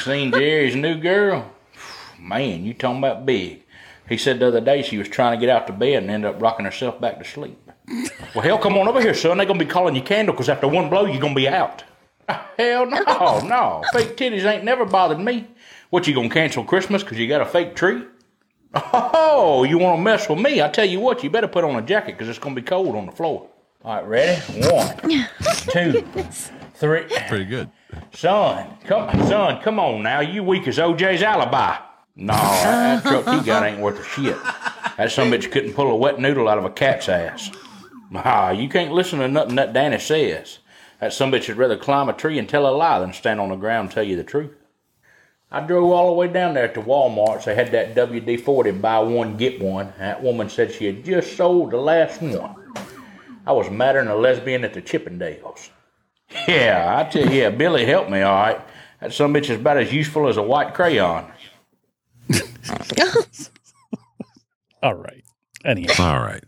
Speaker 6: Seen Jerry's new girl? Man, you talking about big. He said the other day she was trying to get out to bed and ended up rocking herself back to sleep. Well, hell, come on over here, son. They're going to be calling you candle because after one blow, you're going to be out. Hell no, no. Fake titties ain't never bothered me. What, you going to cancel Christmas because you got a fake tree? Oh, you want to mess with me? I tell you what, you better put on a jacket because it's going to be cold on the floor. All right, ready? One, two, three.
Speaker 2: Pretty good.
Speaker 6: Son, come, son, come on now. You weak as OJ's alibi. No, that that truck he got ain't worth a shit. That some bitch couldn't pull a wet noodle out of a cat's ass. Ah, you can't listen to nothing that Danny says. That some bitch would rather climb a tree and tell a lie than stand on the ground and tell you the truth. I drove all the way down there to Walmart's. They had that WD 40 buy one, get one. That woman said she had just sold the last one. I was madder than a lesbian at the Chippendales. Yeah, I tell you, yeah, Billy helped me, all right. That some bitch is about as useful as a white crayon.
Speaker 3: All right. Anyhow,
Speaker 2: All right.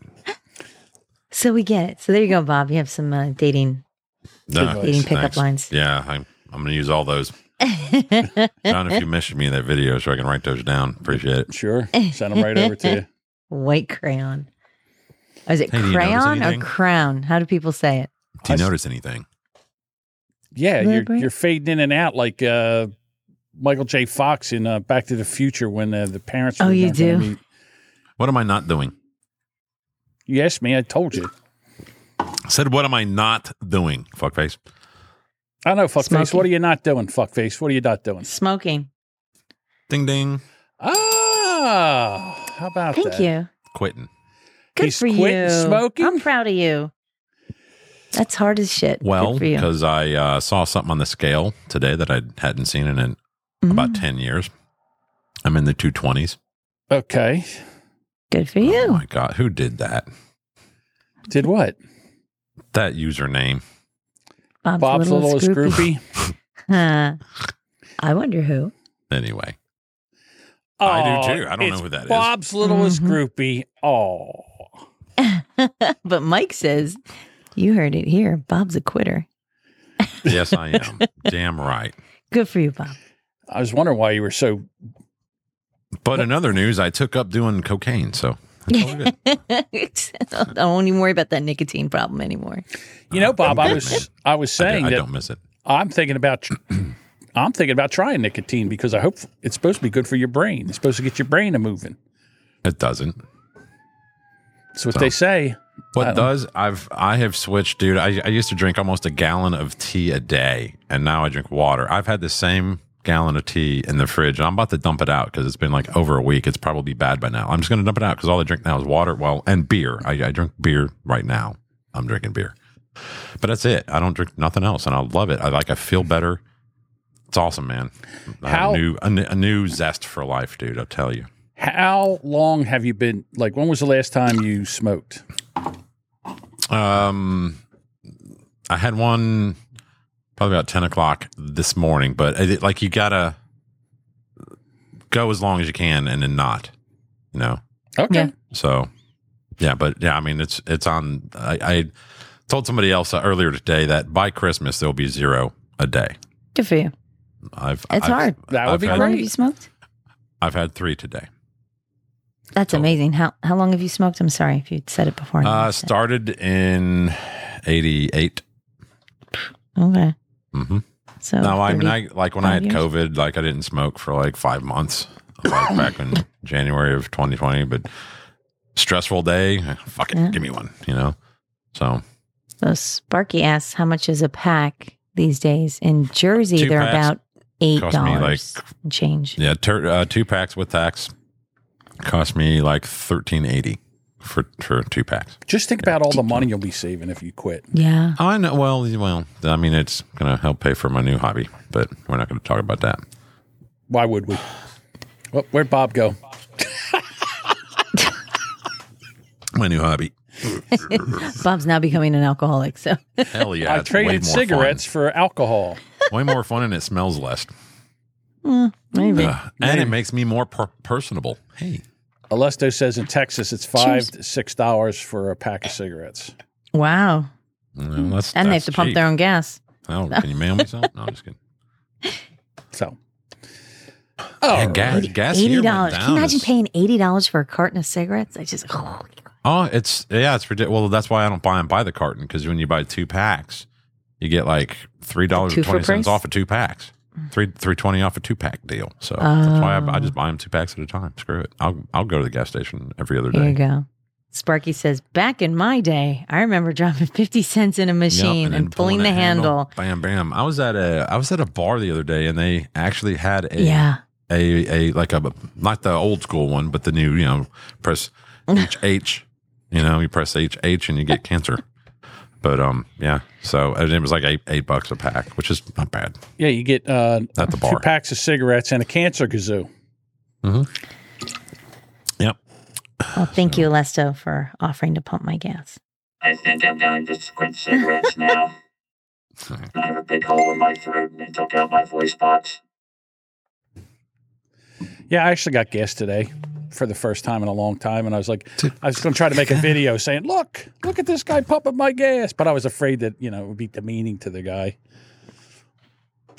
Speaker 4: So we get it. So there you go, Bob. You have some uh, dating.
Speaker 2: Nah,
Speaker 4: Eating pickup
Speaker 2: thanks.
Speaker 4: lines.
Speaker 2: Yeah, I'm, I'm going to use all those. John, if you mentioned me in that video so I can write those down, appreciate it.
Speaker 3: sure. Send them right over to you.
Speaker 4: White crayon. Is it
Speaker 2: Hey, do you notice
Speaker 4: crayon or
Speaker 2: anything?
Speaker 4: crown? How do people say it?
Speaker 2: Do
Speaker 3: I
Speaker 2: you
Speaker 3: s-
Speaker 2: notice anything?
Speaker 3: Yeah,
Speaker 4: Little
Speaker 3: you're
Speaker 4: bit.
Speaker 3: you're fading in and out like uh, Michael J. Fox in uh, Back to the Future when uh, the parents.
Speaker 4: Oh,
Speaker 3: were
Speaker 4: you
Speaker 3: not gonna
Speaker 4: do?
Speaker 3: meet.
Speaker 2: What am I not doing?
Speaker 3: You asked me. I told you.
Speaker 2: Said, what am I not doing? Fuckface.
Speaker 3: I know, fuckface.
Speaker 4: Smoking.
Speaker 3: What are you not doing, fuckface? What are you not doing?
Speaker 4: Smoking.
Speaker 2: Ding ding.
Speaker 3: Ah, how about
Speaker 4: Thank
Speaker 3: that?
Speaker 4: you.
Speaker 2: Quitting.
Speaker 4: Good
Speaker 3: He's
Speaker 4: for
Speaker 3: quitting
Speaker 4: you.
Speaker 3: smoking?
Speaker 4: I'm proud of you. That's hard as shit.
Speaker 2: Well,
Speaker 4: Good for you.
Speaker 2: because I
Speaker 4: Mm.
Speaker 2: uh, saw something on the scale today that I hadn't seen in, in about 10 years. I'm in the 220s.
Speaker 3: Okay.
Speaker 4: Good for
Speaker 2: Oh
Speaker 4: you.
Speaker 2: my God. Who did that?
Speaker 3: Did what?
Speaker 2: That username.
Speaker 4: Bob's,
Speaker 3: Bob's
Speaker 4: little,
Speaker 3: littlest
Speaker 4: little
Speaker 3: groupie.
Speaker 4: I wonder who.
Speaker 2: Anyway. I do
Speaker 3: Aw,
Speaker 2: too. I don't know
Speaker 3: it's
Speaker 2: who that is.
Speaker 3: Bob's littlest
Speaker 4: Mm-hmm.
Speaker 3: groupie. Oh,
Speaker 4: But Mike says, you heard it here. Bob's a quitter.
Speaker 2: Yes, I am. Damn right.
Speaker 4: Good for you, Bob.
Speaker 3: I was wondering why you were so.
Speaker 2: But in other news, I took up doing cocaine. So that's all good.
Speaker 4: I don't even worry about that nicotine problem anymore.
Speaker 3: You know, Bob, I
Speaker 2: good, man.
Speaker 3: was I was
Speaker 2: I,
Speaker 3: saying
Speaker 2: do- I
Speaker 3: that
Speaker 2: don't miss it.
Speaker 3: I'm thinking about I'm thinking about trying nicotine because I hope it's supposed to be good for your brain. It's supposed to get your brain a moving.
Speaker 2: It doesn't.
Speaker 3: That's what they say.
Speaker 2: What does I've I have switched, dude. I, I used to drink almost a gallon of tea a day, and now I drink water. I've had the same gallon of tea in the fridge, and I'm about to dump it out because it's been like over a week. It's probably bad by now. I'm just gonna dump it out because all I drink now is water. Well, and beer. I, I drink beer right now. I'm drinking beer, but that's it. I don't drink nothing else, and I love it. I like. I feel better. It's awesome, man. I have
Speaker 3: How-
Speaker 2: a new a, n- a new zest for life, dude. I'll tell you.
Speaker 3: How long have you been like when was the last time you smoked?
Speaker 2: Um, I had one probably about ten o'clock this morning, but it, like you gotta go as long as you can and then not, you know.
Speaker 3: Okay.
Speaker 4: Yeah.
Speaker 2: So yeah, but yeah, I mean it's it's on. I, I told somebody else uh, earlier today that by Christmas there'll be zero a day.
Speaker 4: Good for you.
Speaker 2: I've
Speaker 4: It's
Speaker 2: I've-
Speaker 4: hard.
Speaker 3: That would
Speaker 2: I've
Speaker 3: be
Speaker 2: had-
Speaker 4: How long have you
Speaker 3: great.
Speaker 4: smoked?
Speaker 2: I've had three today.
Speaker 4: That's amazing. How how long have you smoked? I'm sorry if you said it before. and I
Speaker 2: Uh,
Speaker 4: missed it.
Speaker 2: started in eighty eight.
Speaker 4: Okay.
Speaker 2: Mm-hmm.
Speaker 4: So
Speaker 2: No, I mean,
Speaker 4: 30
Speaker 2: I like when I
Speaker 4: five
Speaker 2: had
Speaker 4: years?
Speaker 2: COVID, like I didn't smoke for like five months, like back in January of 2020. But stressful day, eh, fuck it,
Speaker 4: Yeah.
Speaker 2: give me one, you know. So
Speaker 4: So Sparky asks, how much is a pack these days? In Jersey,
Speaker 2: Two
Speaker 4: they're
Speaker 2: packs
Speaker 4: about eight
Speaker 2: cost me, like,
Speaker 4: dollars and change.
Speaker 2: yeah, tur uh, two packs with tax cost me like thirteen eighty for for two packs.
Speaker 3: Just think about all the money you'll be saving if you quit.
Speaker 4: Yeah.
Speaker 2: Oh, I know. Well, well, I mean, it's gonna help pay for my new hobby, but we're not gonna talk about that.
Speaker 3: Why would we? Well, where'd Bob go?
Speaker 2: My new hobby.
Speaker 4: Bob's now becoming an alcoholic. So
Speaker 2: Hell yeah!
Speaker 3: I
Speaker 2: it's way
Speaker 3: traded
Speaker 2: more
Speaker 3: cigarettes for alcohol.
Speaker 2: Fun. Way more fun, and it smells less,
Speaker 4: Mm, maybe.
Speaker 2: Ugh. and it makes me more per- personable. Hey.
Speaker 3: Alesto says in Texas it's five to six dollars for a pack of cigarettes.
Speaker 4: wow.
Speaker 2: No, that's,
Speaker 4: And they have
Speaker 2: that's
Speaker 4: to pump
Speaker 2: cheap.
Speaker 4: their own gas.
Speaker 2: Oh, can you mail me some? No, I'm just kidding.
Speaker 3: So
Speaker 2: Oh, gas, gas
Speaker 4: Eighty
Speaker 2: here went
Speaker 4: dollars. Can
Speaker 2: down.
Speaker 4: you imagine
Speaker 2: It's-
Speaker 4: paying eighty dollars for a carton of cigarettes? I just
Speaker 2: Oh, it's yeah, it's ridiculous. Well, that's why I don't buy and buy the carton because when you buy two packs, you get like three dollars
Speaker 4: two
Speaker 2: and
Speaker 4: for
Speaker 2: twenty cents
Speaker 4: price?
Speaker 2: off of two packs, three three twenty off a two pack deal. So that's why
Speaker 4: Oh.
Speaker 2: I, I just buy them two packs at a time. Screw it. I'll I'll go to the gas station every other
Speaker 4: There you
Speaker 2: day.
Speaker 4: go. Sparky says, back in my day, I remember dropping 50 cents in a
Speaker 2: Yep,
Speaker 4: machine and,
Speaker 2: then
Speaker 4: pulling, the handle.
Speaker 2: Bam, bam. I was at a I was at a bar the other day and they actually had a
Speaker 4: Yeah.
Speaker 2: a a like a not the old school one, but the new you know press H H. You know, you press H H and you get cancer. But um, yeah. So and it was like eight eight bucks a pack, which is not bad.
Speaker 3: yeah, you get uh,
Speaker 2: At the
Speaker 3: two
Speaker 2: bar.
Speaker 3: packs of cigarettes and a cancer kazoo.
Speaker 2: Yep.
Speaker 4: Well, thank you, Lesto, for offering to pump my gas.
Speaker 7: I think I'm going to quit cigarettes now. I have a big hole in my throat and it took out my voice box.
Speaker 3: Yeah, I actually got gas today for the first time in a long time, and I was like, I was going to try to make a video saying, "Look, look at this guy pumping my gas," but I was afraid that you know it would be demeaning to the guy.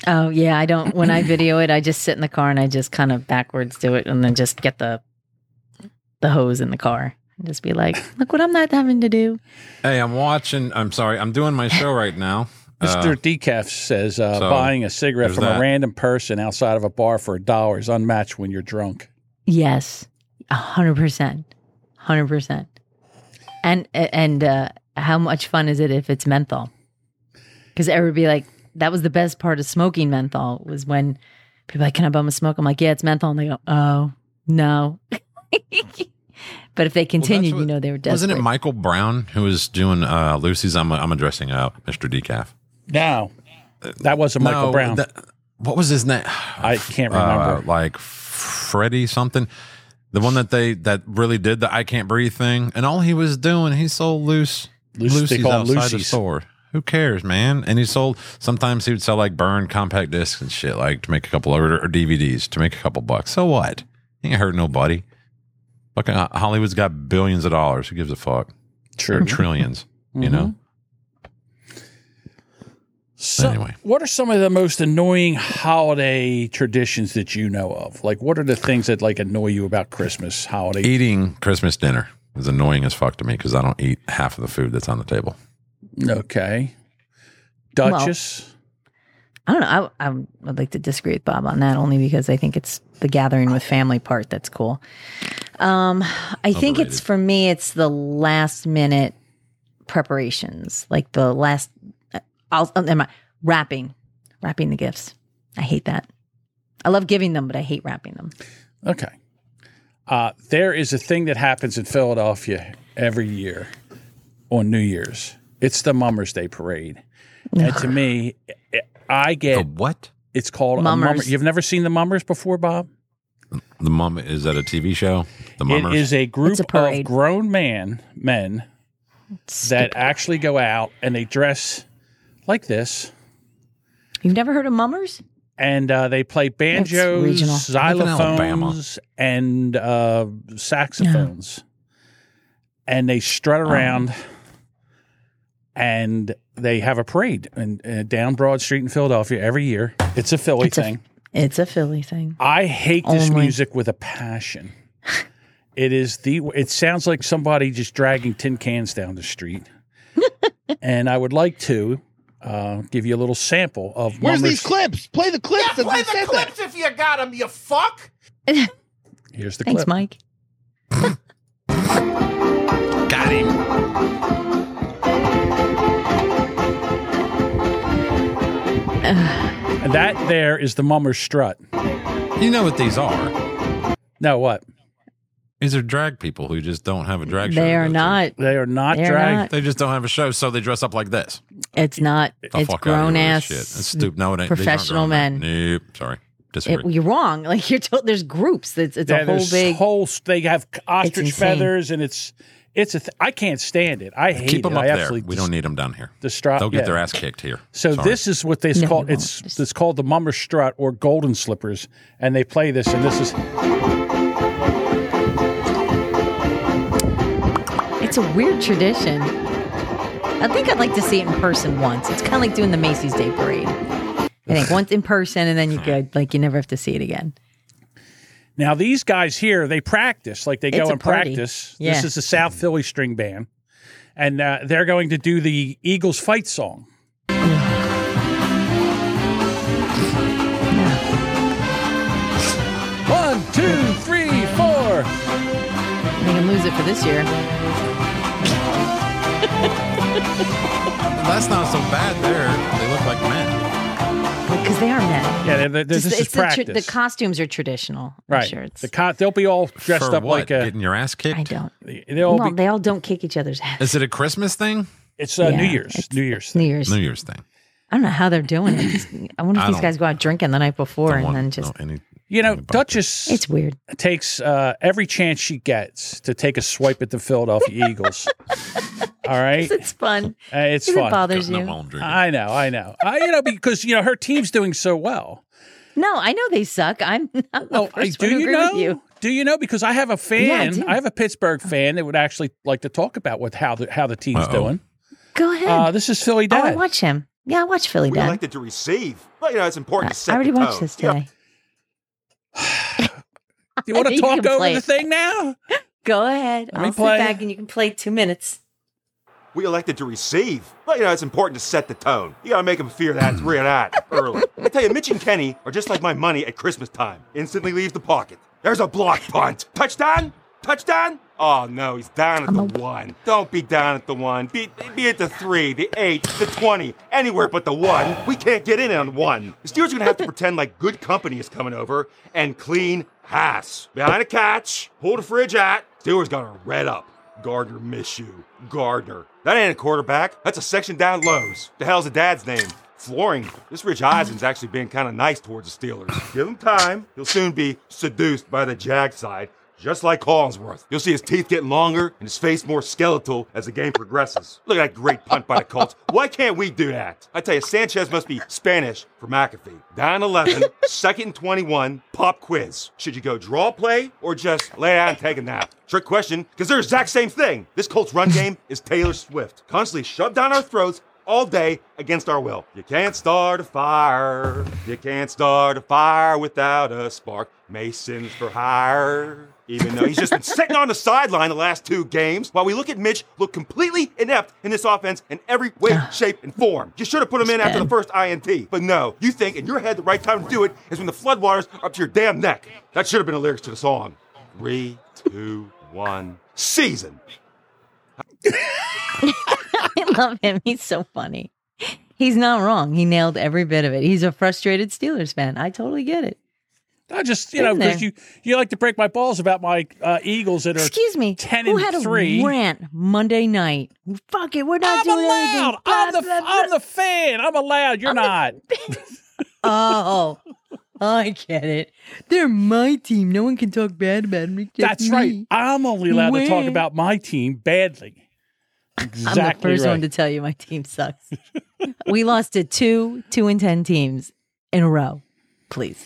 Speaker 4: Oh, yeah. I don't, when I video it, I just sit in the car and I just kind of backwards do it and then just get the the hose in the car and just be like, look what I'm not having to do.
Speaker 2: Hey, I'm watching. I'm sorry. I'm doing my show right now. Uh,
Speaker 3: Mister Decaf says uh,
Speaker 2: so,
Speaker 3: buying a cigarette
Speaker 2: there's
Speaker 3: from a
Speaker 2: that.
Speaker 3: random person outside of a bar for a dollar is unmatched when you're drunk.
Speaker 4: Yes, a hundred percent, hundred percent. And and uh, how much fun is it if it's menthol? Because everybody be like that was the best part of smoking menthol was when people are like, "Can I bum a smoke?" I'm like, "Yeah, it's menthol," and they go, "Oh no." but if they continued, you know, they were desperate.
Speaker 2: Wasn't it Michael Brown who was doing uh, Lucy's? I'm I'm addressing uh, Mr. Decaf.
Speaker 3: No, that wasn't Michael
Speaker 2: No,
Speaker 3: Brown.
Speaker 2: that- what was his name?
Speaker 3: I can't remember.
Speaker 2: Uh, like f- Freddie something, the one that they that really did the I can't breathe thing, and all he was doing, he sold loose
Speaker 3: Loose- they
Speaker 2: Lucy's
Speaker 3: call 'em
Speaker 2: outside the
Speaker 3: loosies.
Speaker 2: store. Who cares, man? And he sold. Sometimes he would sell like burned compact discs and shit, like to make a couple or, or DVDs to make a couple bucks. So what? He ain't hurt nobody. Fucking Ho- Hollywood's got billions of dollars. Who gives a fuck? Or
Speaker 3: True.
Speaker 2: 10000000000s You know.
Speaker 3: So,
Speaker 2: Anyway.
Speaker 3: what are some of the most annoying holiday traditions that you know of? Like, what are the things that like annoy you about Christmas holiday?
Speaker 2: Eating Christmas dinner is annoying as fuck to me because I don't eat half of the food that's on the table.
Speaker 3: Okay, Duchess.
Speaker 4: I don't know. I, I would like to disagree with Bob on that only because I think it's the gathering with family part that's cool. Um, I think it's
Speaker 2: Overrated.
Speaker 4: for me, it's the last minute preparations, like the last. I'll oh, never mind. wrapping, wrapping the gifts. I hate that. I love giving them, but I hate wrapping them.
Speaker 3: Okay. Uh, there is a thing that happens in Philadelphia every year on New Year's. It's the Mummers Day Parade. And to me, I- I
Speaker 2: The
Speaker 3: get
Speaker 2: what?
Speaker 3: it's called a mummer.
Speaker 4: Mummers.
Speaker 3: You've never seen the Mummers before, Bob?
Speaker 2: The mum is that a TV show? The mummers.
Speaker 3: It is a group
Speaker 4: It's a
Speaker 3: of
Speaker 4: parade.
Speaker 3: grown man men that actually go out and they dress like this,
Speaker 4: You've never heard of mummers? and
Speaker 3: and uh, they play banjos,
Speaker 4: regional.
Speaker 2: Alabama.
Speaker 3: xylophones, and uh, saxophones, and they
Speaker 4: Um.
Speaker 3: strut around, and they have a parade and uh, down Broad Street in Philadelphia every year. It's a Philly
Speaker 4: It's a-
Speaker 3: thing.
Speaker 4: It's a Philly thing.
Speaker 3: I hate this
Speaker 4: Only.
Speaker 3: music with a passion. It is the. It sounds like somebody just dragging tin cans down the street. and I would like to uh, give you a little sample of
Speaker 8: Where's
Speaker 3: Mummer's-
Speaker 8: these clips? Play the clips. that
Speaker 9: Play
Speaker 8: they
Speaker 9: the
Speaker 8: said
Speaker 9: clips if you got them, you fuck!
Speaker 3: Here's the
Speaker 4: Thanks,
Speaker 3: clip.
Speaker 4: Mike.
Speaker 2: Got him.
Speaker 3: And that there is the Mummer strut.
Speaker 2: You know what these are?
Speaker 3: Now what?
Speaker 2: These are drag people who just don't have a drag show. to
Speaker 4: They
Speaker 2: go
Speaker 4: are
Speaker 2: to.
Speaker 4: not.
Speaker 3: They are not
Speaker 4: They are
Speaker 3: dragged.
Speaker 2: They just don't have a show, so they dress up like this.
Speaker 4: It's not.
Speaker 2: The fuck outta
Speaker 4: it's
Speaker 2: here with
Speaker 4: grown
Speaker 2: this
Speaker 4: ass.
Speaker 2: shit. That's stupid. No, it ain't. These aren't
Speaker 4: professional
Speaker 2: grown
Speaker 4: men.
Speaker 2: Nope. Sorry.
Speaker 4: It,
Speaker 2: Disagree.
Speaker 4: you're wrong. Like you're told, there's groups. It's it's
Speaker 3: Yeah,
Speaker 4: a whole
Speaker 3: there's
Speaker 4: big.
Speaker 3: whole s- they have c- ostrich
Speaker 4: insane.
Speaker 3: feathers, and it's it's a. Th- I can't stand it. I hate
Speaker 2: Keep
Speaker 3: it.
Speaker 2: them up
Speaker 3: I
Speaker 2: there.
Speaker 3: absolutely
Speaker 2: We don't need them down here.
Speaker 3: distraught.
Speaker 2: They'll get
Speaker 3: yeah.
Speaker 2: their ass kicked here.
Speaker 3: So
Speaker 2: Sorry.
Speaker 3: this is what they
Speaker 4: No,
Speaker 3: call
Speaker 4: you won't.
Speaker 3: it's it's called the mummer strut or golden slippers, and they play this, and this is
Speaker 4: It's a weird tradition. I think I'd like to see it in person once. It's kind of like doing the Macy's Day Parade. I think once in person, and then you could like you never have to see it again.
Speaker 3: now these guys here they practice like they
Speaker 4: It's
Speaker 3: go
Speaker 4: a
Speaker 3: and
Speaker 4: party.
Speaker 3: practice.
Speaker 4: Yeah.
Speaker 3: This is the South Philly String Band, and uh, they're going to do the Eagles fight song. One, two, three, four.
Speaker 4: I think I'm lose it for this year.
Speaker 2: That's not so bad there. They look like men.
Speaker 4: Because they are men.
Speaker 3: Yeah, they're, they're, this
Speaker 4: Just-
Speaker 3: is
Speaker 4: it's the, tra-
Speaker 3: practice.
Speaker 4: the costumes are traditional. I'm
Speaker 3: right?
Speaker 4: sure it's,
Speaker 3: The co- they'll be all dressed
Speaker 2: For
Speaker 3: up
Speaker 2: what?
Speaker 3: like a.
Speaker 2: getting your ass kicked.
Speaker 4: I don't.
Speaker 3: They'll
Speaker 4: Well,
Speaker 3: be,
Speaker 4: they all don't kick each other's ass.
Speaker 2: Is it a Christmas thing?
Speaker 3: it's uh, New
Speaker 4: Yeah,
Speaker 3: Year's.
Speaker 4: it's
Speaker 3: New Year's.
Speaker 4: New Year's.
Speaker 2: New Year's thing.
Speaker 4: I don't know how they're doing it. It's- I wonder if
Speaker 2: I
Speaker 4: these
Speaker 2: don't-
Speaker 4: guys go out drinking the night before
Speaker 2: Don't
Speaker 4: and
Speaker 2: want-
Speaker 4: then just.
Speaker 2: no, any-
Speaker 3: You know,
Speaker 2: about
Speaker 3: Duchess
Speaker 4: It's weird.
Speaker 3: takes uh, every chance she gets to take a swipe at the Philadelphia Eagles. All right,
Speaker 4: It's fun.
Speaker 3: Uh, it's
Speaker 4: It
Speaker 3: fun.
Speaker 4: bothers
Speaker 2: no,
Speaker 4: you.
Speaker 2: I won't drink it.
Speaker 3: I know, I know, I, you know, because you know her team's doing so well.
Speaker 4: No, I know they suck. I'm. I'm the
Speaker 3: Oh, I,
Speaker 4: first
Speaker 3: do
Speaker 4: one to
Speaker 3: you
Speaker 4: agree
Speaker 3: know?
Speaker 4: with you.
Speaker 3: Do you know? Because I have a fan.
Speaker 4: do.
Speaker 3: I, have a Pittsburgh fan that would actually like to talk about what how the how the team's
Speaker 2: Uh-oh.
Speaker 3: doing.
Speaker 4: Go ahead.
Speaker 3: Uh, this is Philly
Speaker 4: oh, I
Speaker 3: Dad.
Speaker 4: watch him. Yeah, I watch Philly
Speaker 9: We
Speaker 4: Dad.
Speaker 9: elected to receive. Well, you know, it's important
Speaker 4: I
Speaker 9: to set
Speaker 4: I already
Speaker 9: the
Speaker 4: watched
Speaker 9: tone.
Speaker 4: this
Speaker 9: Yeah,
Speaker 4: today.
Speaker 3: do you want to
Speaker 4: You
Speaker 3: talk
Speaker 4: can
Speaker 3: over
Speaker 4: play
Speaker 3: the
Speaker 4: it.
Speaker 3: thing now?
Speaker 4: Go ahead.
Speaker 3: Let me
Speaker 4: I'll sit
Speaker 3: play.
Speaker 4: back and you can play two minutes.
Speaker 9: we elected to receive. Well, you know, it's important to set the tone. You gotta make them fear that real that early. I tell you, Mitch and Kenny are just like my money at Christmas time. Instantly leaves the pocket. There's a block punt. Touchdown! Touchdown! Oh no, he's down at the one. Don't be down at the one. Be, be at the three, the eight, the twenty, anywhere but the one. We can't get in on one. The Steelers are gonna have to pretend like good company is coming over and clean ass. Behind a catch, hold a fridge at. Steelers got her red up. Gardner miss you. Gardner. That ain't a quarterback. That's a section down lows. The hell's a dad's name? flooring. This Rich Eisen's actually been kind of nice towards the Steelers. Give him time. He'll soon be seduced by the Jag side, just like Collinsworth. You'll see his teeth getting longer and his face more skeletal as the game progresses. Look at that great punt by the Colts. Why can't we do that? I tell you, Sanchez must be Spanish for McAfee. Down 11, second and 21, pop quiz. Should you go draw play or just lay down and take a nap? Trick question, because they're the exact same thing. This Colts run game is Taylor Swift. Constantly shoved down our throats all day against our will. You can't start a fire. You can't start a fire without a spark. Mason's for hire. Even though he's just been sitting on the sideline the last two games, while we look at Mitch look completely inept in this offense in every way, shape, and form. You should have put him in after the first INT, but no. You think in your head the right time to do it is when the floodwaters are up to your damn neck. That should have been the lyrics to the song. Three, two, one, season.
Speaker 4: I love him. He's so funny. He's not wrong. He nailed every bit of it. He's a frustrated Steelers fan. I totally get it.
Speaker 3: I just, you know,
Speaker 4: Been there.
Speaker 3: because you, you like to break my balls about my uh, Eagles that are
Speaker 4: Excuse me.
Speaker 3: 10
Speaker 4: who
Speaker 3: and
Speaker 4: had
Speaker 3: 3.
Speaker 4: a rant Monday night? Fuck it. We're not
Speaker 3: I'm
Speaker 4: doing
Speaker 3: allowed.
Speaker 4: anything. Blah,
Speaker 3: I'm the
Speaker 4: blah,
Speaker 3: I'm
Speaker 4: blah.
Speaker 3: the fan. I'm allowed. You're not.
Speaker 4: Oh, I get it. They're my team. No one can talk bad about them. except
Speaker 3: That's
Speaker 4: me.
Speaker 3: right. I'm only allowed to talk
Speaker 4: Where?
Speaker 3: about my team badly.
Speaker 4: I'm
Speaker 3: Exactly
Speaker 4: the first
Speaker 3: right.
Speaker 4: one to tell you my team sucks. we lost to two, two and ten teams in a row. Please,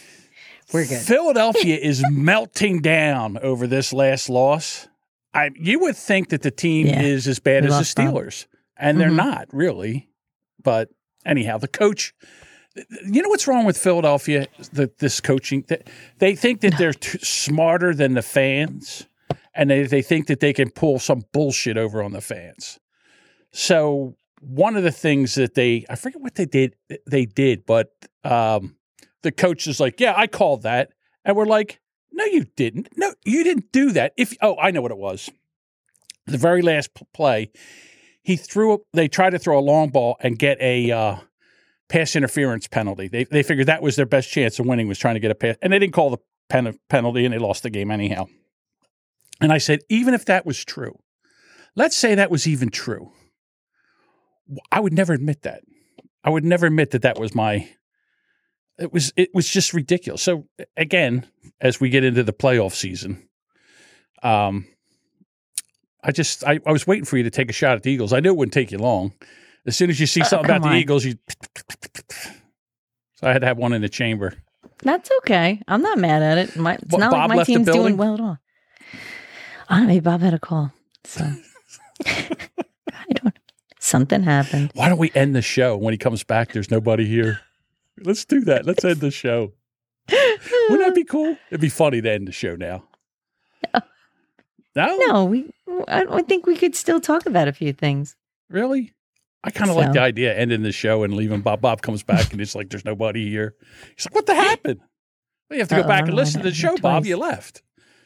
Speaker 4: we're good.
Speaker 3: Philadelphia is melting down over this last loss. I you would think that the team
Speaker 4: Yeah.
Speaker 3: is as bad
Speaker 4: We
Speaker 3: as
Speaker 4: lost
Speaker 3: the
Speaker 4: Bob.
Speaker 3: Steelers, and they're
Speaker 4: Mhm.
Speaker 3: not really. But anyhow, the coach. You know what's wrong with Philadelphia? The, this coaching that they think that they're t- smarter than the fans, and they, they think that they can pull some bullshit over on the fans. So one of the things that they I forget what they did they did, but um, the coach is like, "Yeah, I called that," and we're like, "No, you didn't. No, you didn't do that." If oh, I know what it was. The very last p- play, he threw. a- They tried to throw a long ball and get a uh, pass interference penalty. They they figured that was their best chance of winning was trying to get a pass, and they didn't call the pen- penalty, and they lost the game anyhow. And I said, even if that was true, let's say that was even true, I would never admit that. I would never admit that that was my. It was it was just ridiculous. So again, as we get into the playoff season, um, I just I, I was waiting for you to take a shot at the Eagles. I knew it wouldn't take you long. As soon as you see something
Speaker 4: Oh, come
Speaker 3: about the
Speaker 4: on.
Speaker 3: Eagles, you. So I had to have one in the chamber.
Speaker 4: That's okay. I'm not mad at it. My, it's
Speaker 3: Bo-
Speaker 4: not
Speaker 3: Bob
Speaker 4: like my
Speaker 3: left the
Speaker 4: team's doing
Speaker 3: building?
Speaker 4: well at all. I don't know. Maybe Bob had a call. So I don't. Something happened.
Speaker 3: Why don't we end the show when he comes back? There's nobody here. Let's do that. Let's end the show. Wouldn't that be cool? It'd be funny to end the show now. No,
Speaker 4: No, we. I, I think we could still talk about a few things.
Speaker 3: really. I kind of
Speaker 4: So.
Speaker 3: like the idea of ending the show and leaving. Bob Bob comes back and it's like there's nobody here. He's like, "What the happened?" Well, you have to go
Speaker 4: Uh-oh,
Speaker 3: back
Speaker 4: Oh, I
Speaker 3: and
Speaker 4: don't
Speaker 3: listen
Speaker 4: like
Speaker 3: to the
Speaker 4: it.
Speaker 3: show, Bob.
Speaker 4: Twice.
Speaker 3: You left.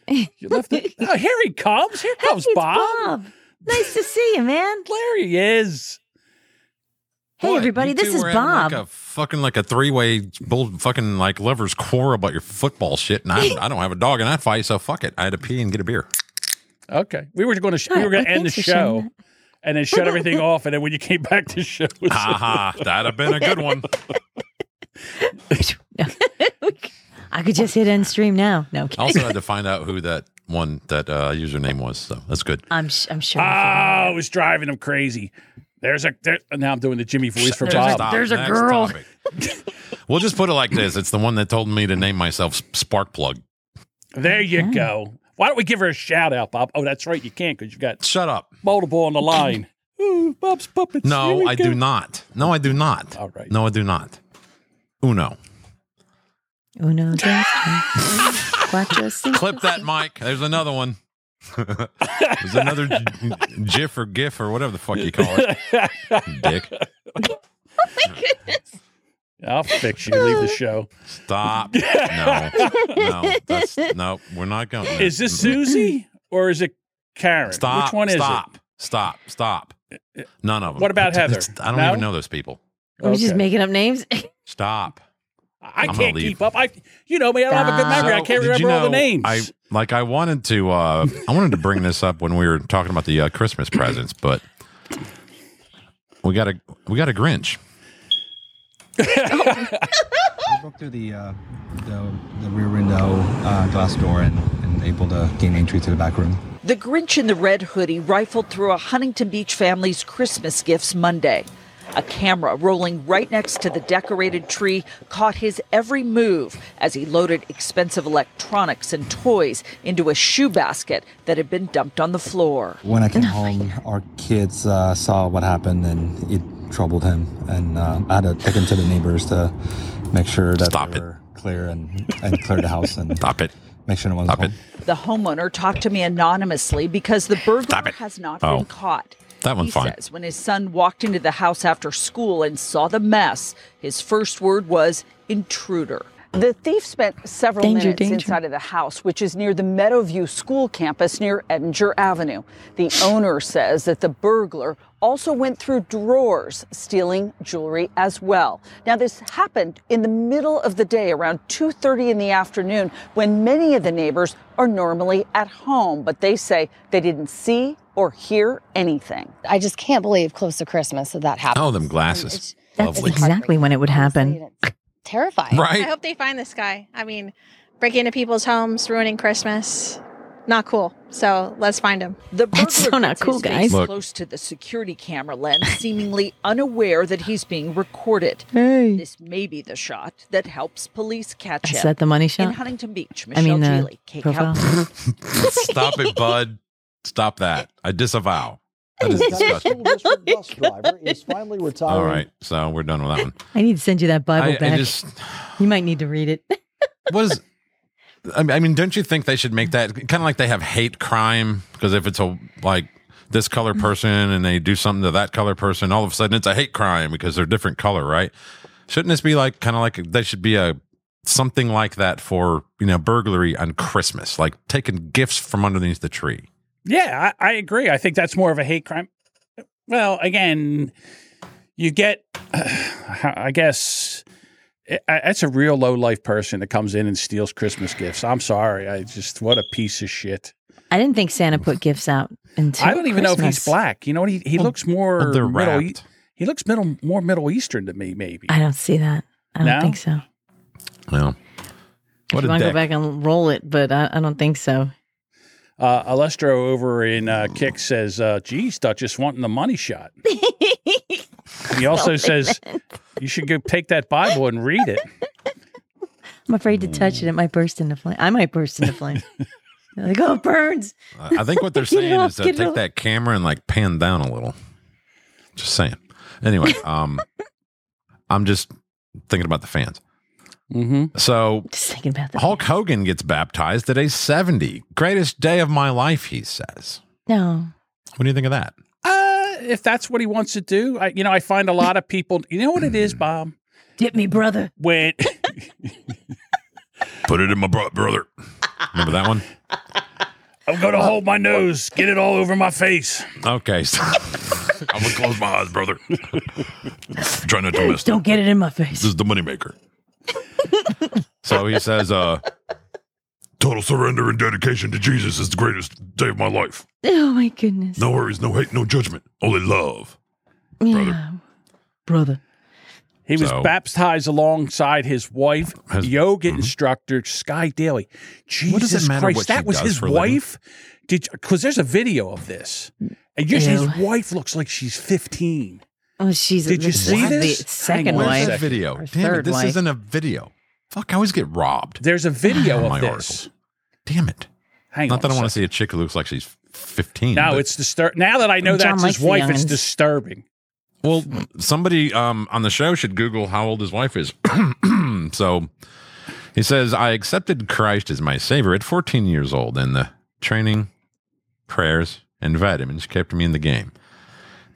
Speaker 3: You left. It. Oh, here he comes. Here comes
Speaker 4: Hey, it's
Speaker 3: Bob.
Speaker 4: Nice to see you, man.
Speaker 3: There he is.
Speaker 4: Hey,
Speaker 2: Boy,
Speaker 4: everybody.
Speaker 2: you
Speaker 4: This
Speaker 2: two
Speaker 4: is
Speaker 2: were having
Speaker 4: Bob.
Speaker 2: Like a fucking like a three way bull fucking like lovers quarrel about your football shit, and I, I don't have a dog in that fight, so fuck it. I had to pee and get a beer.
Speaker 3: Okay, we were going to sh- we
Speaker 4: All
Speaker 3: were going
Speaker 4: right,
Speaker 3: to
Speaker 4: well,
Speaker 3: end the
Speaker 4: thanks for sharing
Speaker 3: show.
Speaker 4: that.
Speaker 3: and then shut everything off. And then when you came back to the show, it was-
Speaker 2: Ha ha, that'd have been a good one.
Speaker 4: I could just hit end stream now. No, I'm
Speaker 2: I
Speaker 4: kidding.
Speaker 2: also had to find out who that one that uh, username was, so that's good.
Speaker 4: I'm, sh- I'm sure.
Speaker 3: oh, it was driving him crazy. There's a there, now I'm doing the Jimmy voice for Bob.
Speaker 2: Stop.
Speaker 4: there's a
Speaker 2: Next
Speaker 4: girl.
Speaker 2: topic. we'll just put it like this: It's the one that told me to name myself Sparkplug.
Speaker 3: There you go. Why don't we give her a shout out, Bob? Oh, that's right, you can't because you've got
Speaker 2: Shut up.
Speaker 3: multiple on the line. Ooh, Bob's puppets. Here
Speaker 2: No,
Speaker 3: we
Speaker 2: I
Speaker 3: go.
Speaker 2: do not. No, I do not.
Speaker 3: All right.
Speaker 2: No, I do not. Uno.
Speaker 4: Uno, dos, tres, cuatro, cinco.
Speaker 2: Clip that mic. There's another one. There's another g- GIF or GIF or whatever the fuck you call it. Dick.
Speaker 3: I'll fix you. Leave the show.
Speaker 2: Stop. No. No. That's, no. We're not going. there.
Speaker 3: Is this Susie or is it Karen?
Speaker 2: Stop.
Speaker 3: Which one is
Speaker 2: stop, Stop. Stop. None of them.
Speaker 3: What about Heather?
Speaker 2: I don't
Speaker 3: No?
Speaker 2: even know those people.
Speaker 3: it?
Speaker 4: Are we just
Speaker 3: Okay.
Speaker 4: making up names?
Speaker 2: Stop.
Speaker 3: I
Speaker 2: I'm gonna
Speaker 3: can't
Speaker 2: leave.
Speaker 3: keep up. I, you know me. I don't have a good
Speaker 4: Stop.
Speaker 3: memory. I
Speaker 2: So,
Speaker 3: can't
Speaker 2: did you
Speaker 3: remember all
Speaker 2: know,
Speaker 3: the names.
Speaker 2: I like. I wanted to. Uh, I wanted to bring this up when we were talking about the uh, Christmas presents, but we got a we got a Grinch.
Speaker 8: I broke through the, uh, the, the rear window uh, glass door and, and able to gain entry to the back room.
Speaker 10: The Grinch in the Red Hoodie rifled through a Huntington Beach family's Christmas gifts Monday. A camera rolling right next to the decorated tree caught his every move as he loaded expensive electronics and toys into a shoebasket that had been dumped on the floor.
Speaker 8: When I came home, our kids uh, saw what happened and it troubled him. And uh, I had to take him to the neighbors to make sure that
Speaker 2: Stop
Speaker 8: they
Speaker 2: it.
Speaker 8: were clear and, and clear the house and
Speaker 2: Stop it.
Speaker 8: make sure no one's
Speaker 2: Stop
Speaker 8: home.
Speaker 2: it.
Speaker 10: The homeowner talked to me anonymously because the burglar
Speaker 2: it.
Speaker 10: has not
Speaker 2: Oh.
Speaker 10: been caught.
Speaker 2: That one's
Speaker 10: he
Speaker 2: fine.
Speaker 10: says when his son walked into the house after school and saw the mess, his first word was intruder. The thief spent several
Speaker 1: Danger,
Speaker 10: minutes
Speaker 1: danger.
Speaker 10: inside of the house, which is near the Meadowview School campus near Edinger Avenue. The owner says that the burglar also went through drawers, stealing jewelry as well. Now, this happened in the middle of the day, around 2:30 in the afternoon, when many of the neighbors are normally at home, but they say they didn't see or hear anything.
Speaker 11: I just can't believe close to Christmas that that happened.
Speaker 2: Oh, them glasses.
Speaker 4: That's
Speaker 2: Lovely.
Speaker 4: exactly when it would happen.
Speaker 11: Terrifying.
Speaker 2: Right?
Speaker 12: I hope they find this guy. I mean, breaking into people's homes, ruining Christmas. Not cool. So let's find him.
Speaker 10: The burglar
Speaker 4: That's so not
Speaker 10: gets
Speaker 4: cool,
Speaker 10: his face
Speaker 4: guys.
Speaker 2: Look.
Speaker 10: Close to the security camera lens, seemingly unaware that he's being recorded.
Speaker 4: Hey.
Speaker 10: This may be the shot that helps police catch
Speaker 4: Is
Speaker 10: him.
Speaker 4: that the money
Speaker 10: in
Speaker 4: shot?
Speaker 10: Huntington Beach,
Speaker 4: I
Speaker 10: Michelle
Speaker 4: mean, the
Speaker 10: Geely, Cake
Speaker 4: profile.
Speaker 10: House.
Speaker 2: Stop it, bud. Stop that. I disavow. That is disgusting.
Speaker 13: bus driver is finally retiring.
Speaker 2: All right. So we're done with that one.
Speaker 4: I need to send you that Bible
Speaker 2: I,
Speaker 4: back.
Speaker 2: I just
Speaker 4: you might need to read it.
Speaker 2: was. I mean- I mean, don't you think they should make that kind of like they have hate crime? Because if it's a like this color person and they do something to that color person, all of a sudden it's a hate crime because they're different color, right? Shouldn't this be like kind of like they should be a something like that for you know burglary on Christmas, like taking gifts from underneath the tree?
Speaker 3: Yeah, I, I agree. I think that's more of a hate crime. Well, again, you get, I guess, I- I- that's a real low life person that comes in and steals Christmas gifts. I'm sorry. I just, what a piece of shit.
Speaker 4: I didn't think Santa put gifts out until
Speaker 3: I don't even know if he's
Speaker 4: Christmas.
Speaker 3: black. You know what? He, he looks more
Speaker 2: Well, they're
Speaker 3: Middle E-
Speaker 2: wrapped.
Speaker 3: He looks middle more Middle Eastern to me, maybe.
Speaker 4: I don't see that. I don't
Speaker 3: No?
Speaker 4: think so.
Speaker 2: Well,
Speaker 4: if
Speaker 2: what
Speaker 4: you
Speaker 2: a
Speaker 4: want to go
Speaker 2: dick.
Speaker 4: back and roll it, but I, I don't think so.
Speaker 3: Uh, Alestro over in uh, Kick says, uh, geez, Duchess wanting the money shot. He also says, you should go take that Bible and read it.
Speaker 4: I'm afraid to touch it. It might burst into flame. I might burst into flame. They're like, oh, it burns.
Speaker 2: I I think what they're
Speaker 4: Get it
Speaker 2: saying
Speaker 4: off,
Speaker 2: is uh,
Speaker 4: get it
Speaker 2: take
Speaker 4: off.
Speaker 2: that camera and like pan down a little. Just saying. Anyway, um, I'm just thinking about the fans.
Speaker 3: Mm-hmm.
Speaker 2: So
Speaker 4: Just thinking about that.
Speaker 2: Hulk Hogan gets baptized at age 70. Greatest day of my life, he says.
Speaker 4: No.
Speaker 2: What do you think of that?
Speaker 3: Uh, if that's what he wants to do, I, you know, I find a lot of people. You know what it is, Bob?
Speaker 4: Dip me, brother.
Speaker 3: When
Speaker 2: Put it in my bro- brother. Remember that one?
Speaker 3: I'm going to hold my nose, get it all over my face.
Speaker 2: Okay. So I'm gonna close my eyes, brother. Try not to miss.
Speaker 4: Don't get it in my face.
Speaker 2: is the moneymaker. so he says, uh, total surrender and dedication to Jesus is the greatest day of my life.
Speaker 4: Oh, my goodness.
Speaker 2: No worries, no hate, no judgment, only love.
Speaker 4: Yeah. Brother.
Speaker 3: He was
Speaker 2: So-
Speaker 3: baptized alongside his wife,
Speaker 2: His-
Speaker 3: yoga instructor Sky Daly. Jesus
Speaker 2: does it matter
Speaker 3: Christ,
Speaker 2: what she
Speaker 3: that was
Speaker 2: does
Speaker 3: his
Speaker 2: for a living?
Speaker 3: wife. Did because there's a video of this, and just his
Speaker 4: Ew.
Speaker 3: wife looks like she's 15.
Speaker 4: Oh, she's
Speaker 3: Did you
Speaker 4: this
Speaker 3: see
Speaker 4: is the
Speaker 3: this?
Speaker 4: Second
Speaker 3: Hang on a
Speaker 4: wife.
Speaker 3: second.
Speaker 2: video? Damn
Speaker 4: Or
Speaker 2: it,
Speaker 4: third
Speaker 2: this
Speaker 4: wife.
Speaker 2: isn't a video. Fuck, I always get robbed.
Speaker 3: There's a video
Speaker 2: My
Speaker 3: of this.
Speaker 2: Damn it.
Speaker 3: Hang on.
Speaker 2: Not that
Speaker 3: a
Speaker 2: I want to
Speaker 3: second.
Speaker 2: see a chick who looks like she's 15.
Speaker 3: No,
Speaker 2: but-
Speaker 3: it's disturbing. Now that I know
Speaker 4: John
Speaker 3: that's
Speaker 4: likes
Speaker 3: his
Speaker 4: the
Speaker 3: wife, it's
Speaker 4: youngins.
Speaker 3: disturbing.
Speaker 2: Well, somebody um, on the show should Google how old his wife is. so he says, I accepted Christ as my savior at 14 years old, and the training, prayers, and vitamins kept me in the game.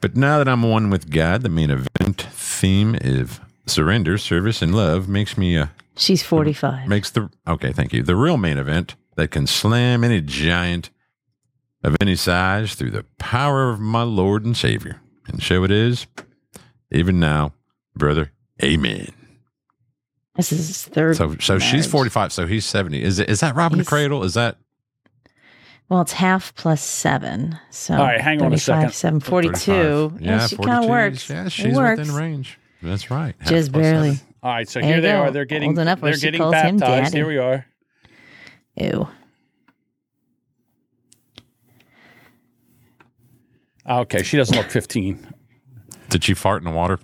Speaker 2: But now that I'm one with God, the main event theme of surrender, service, and love makes me a
Speaker 4: She's 45.
Speaker 2: makes the okay thank you the real main event that can slam any giant of any size through the power of my lord and savior and so it is even now brother amen
Speaker 4: This is his third.
Speaker 2: so so she's
Speaker 4: marriage.
Speaker 2: 45 so he's 70 is it is that robbing the
Speaker 4: He's-
Speaker 2: cradle is that
Speaker 4: Well, it's half plus seven. So
Speaker 3: All right, hang on a
Speaker 4: 35,
Speaker 3: second.
Speaker 4: Seven forty-two.
Speaker 2: 35?
Speaker 4: Yeah, she kind of
Speaker 2: 42.
Speaker 4: works.
Speaker 2: yeah
Speaker 4: It
Speaker 2: she's
Speaker 4: works.
Speaker 2: within range That's right. Half
Speaker 4: Just
Speaker 2: plus
Speaker 4: barely.
Speaker 2: seven.
Speaker 3: All right, so
Speaker 4: There
Speaker 3: here
Speaker 4: you
Speaker 3: they
Speaker 4: go.
Speaker 3: are. They're getting
Speaker 4: Old enough where
Speaker 3: they're
Speaker 4: she
Speaker 3: getting
Speaker 4: calls him
Speaker 3: baptized.
Speaker 4: daddy.
Speaker 3: Here we are.
Speaker 4: Ew.
Speaker 3: Ah, Okay, she doesn't look 15.
Speaker 2: Did she fart in the water?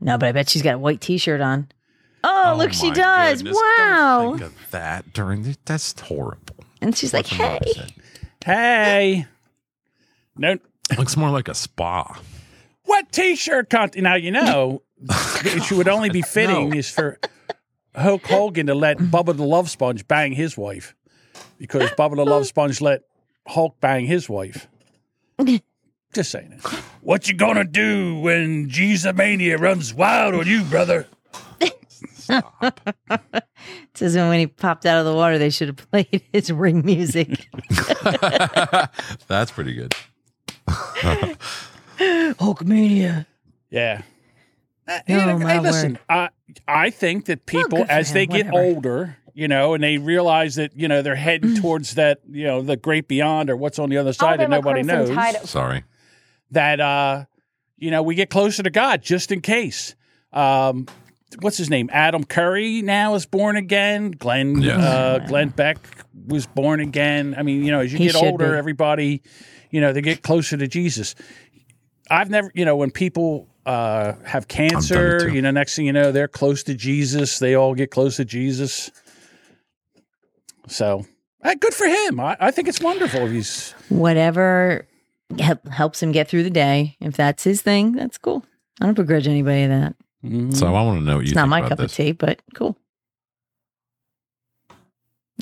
Speaker 4: No, but I bet she's got a white T-shirt on. Oh, look, she
Speaker 2: my
Speaker 4: does.
Speaker 2: goodness.
Speaker 4: Wow.
Speaker 2: Don't think of that during the, that's horrible.
Speaker 4: And she's like, "Hey."
Speaker 3: Hey. Nope.
Speaker 2: Looks more like a spa.
Speaker 3: What T-shirt content? Now you know she would only be fitting is for Hulk Hogan to let Bubba the Love Sponge bang his wife because Bubba the Love Sponge let Hulk bang his wife. Just saying it. What you gonna do when Jesus mania runs wild on you, brother?
Speaker 4: Says when he popped out of the water, they should have played his ring music.
Speaker 2: That's pretty good.
Speaker 4: Hulkmania.
Speaker 3: Yeah. Uh,
Speaker 4: Oh,
Speaker 3: hey,
Speaker 4: my
Speaker 3: listen,
Speaker 4: word.
Speaker 3: I I think that people
Speaker 4: good for
Speaker 3: as
Speaker 4: him,
Speaker 3: they get
Speaker 4: whatever. Mm.
Speaker 3: older, you know, and they realize that you know they're heading towards that you know the great beyond or what's on the other side that
Speaker 14: Alabama
Speaker 3: nobody
Speaker 14: Crimson
Speaker 3: knows.
Speaker 14: Tide- Sorry.
Speaker 3: That uh, you know, we get closer to God just in case. Um, what's his name? Adam Curry now is born again. Glenn
Speaker 2: Yes.
Speaker 3: uh, Glenn Beck was born again. I mean, you know, as you
Speaker 2: He
Speaker 3: get
Speaker 2: should
Speaker 3: older,
Speaker 2: be.
Speaker 3: everybody, you know, they get closer to Jesus. I've never, you know, when people uh, have cancer,
Speaker 2: too.
Speaker 3: you know, next thing you know, they're close to Jesus. They all get close to Jesus. So, eh, good for him. I, I think it's wonderful. He's
Speaker 4: Whatever hel- helps him get through the day. If that's his thing, that's cool. I don't begrudge anybody that.
Speaker 3: Mm-hmm.
Speaker 2: So I want to know what you
Speaker 4: it's not
Speaker 2: think
Speaker 4: my
Speaker 2: about
Speaker 4: cup
Speaker 2: this.
Speaker 4: of tea, but cool.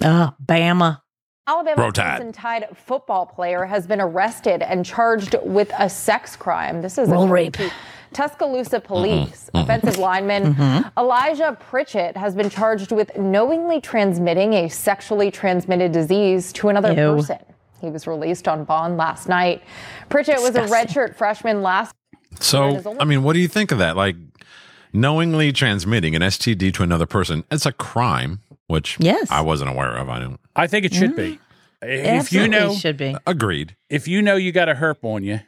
Speaker 4: Ah, Bama.
Speaker 14: Alabama
Speaker 4: Roll Tide.
Speaker 14: Crimson Tide football player has been arrested and charged with a sex crime. This is
Speaker 4: Roll
Speaker 14: according to Tuscaloosa
Speaker 4: Mm-hmm.
Speaker 14: police. Offensive lineman
Speaker 4: Mhm.
Speaker 14: Elijah Pritchett has been charged with knowingly transmitting a sexually transmitted disease to another
Speaker 4: Ew.
Speaker 14: person. He was released on bond last night. Pritchett was a redshirt freshman last
Speaker 2: So, I mean, what do you think of that? Like knowingly transmitting an STD to another person, it's a crime, which
Speaker 3: Yes.
Speaker 2: I wasn't aware of. I don't.
Speaker 3: I think it should
Speaker 4: Mm-hmm.
Speaker 3: be. If you know,
Speaker 4: be
Speaker 2: agreed.
Speaker 3: if you know you got a herp on you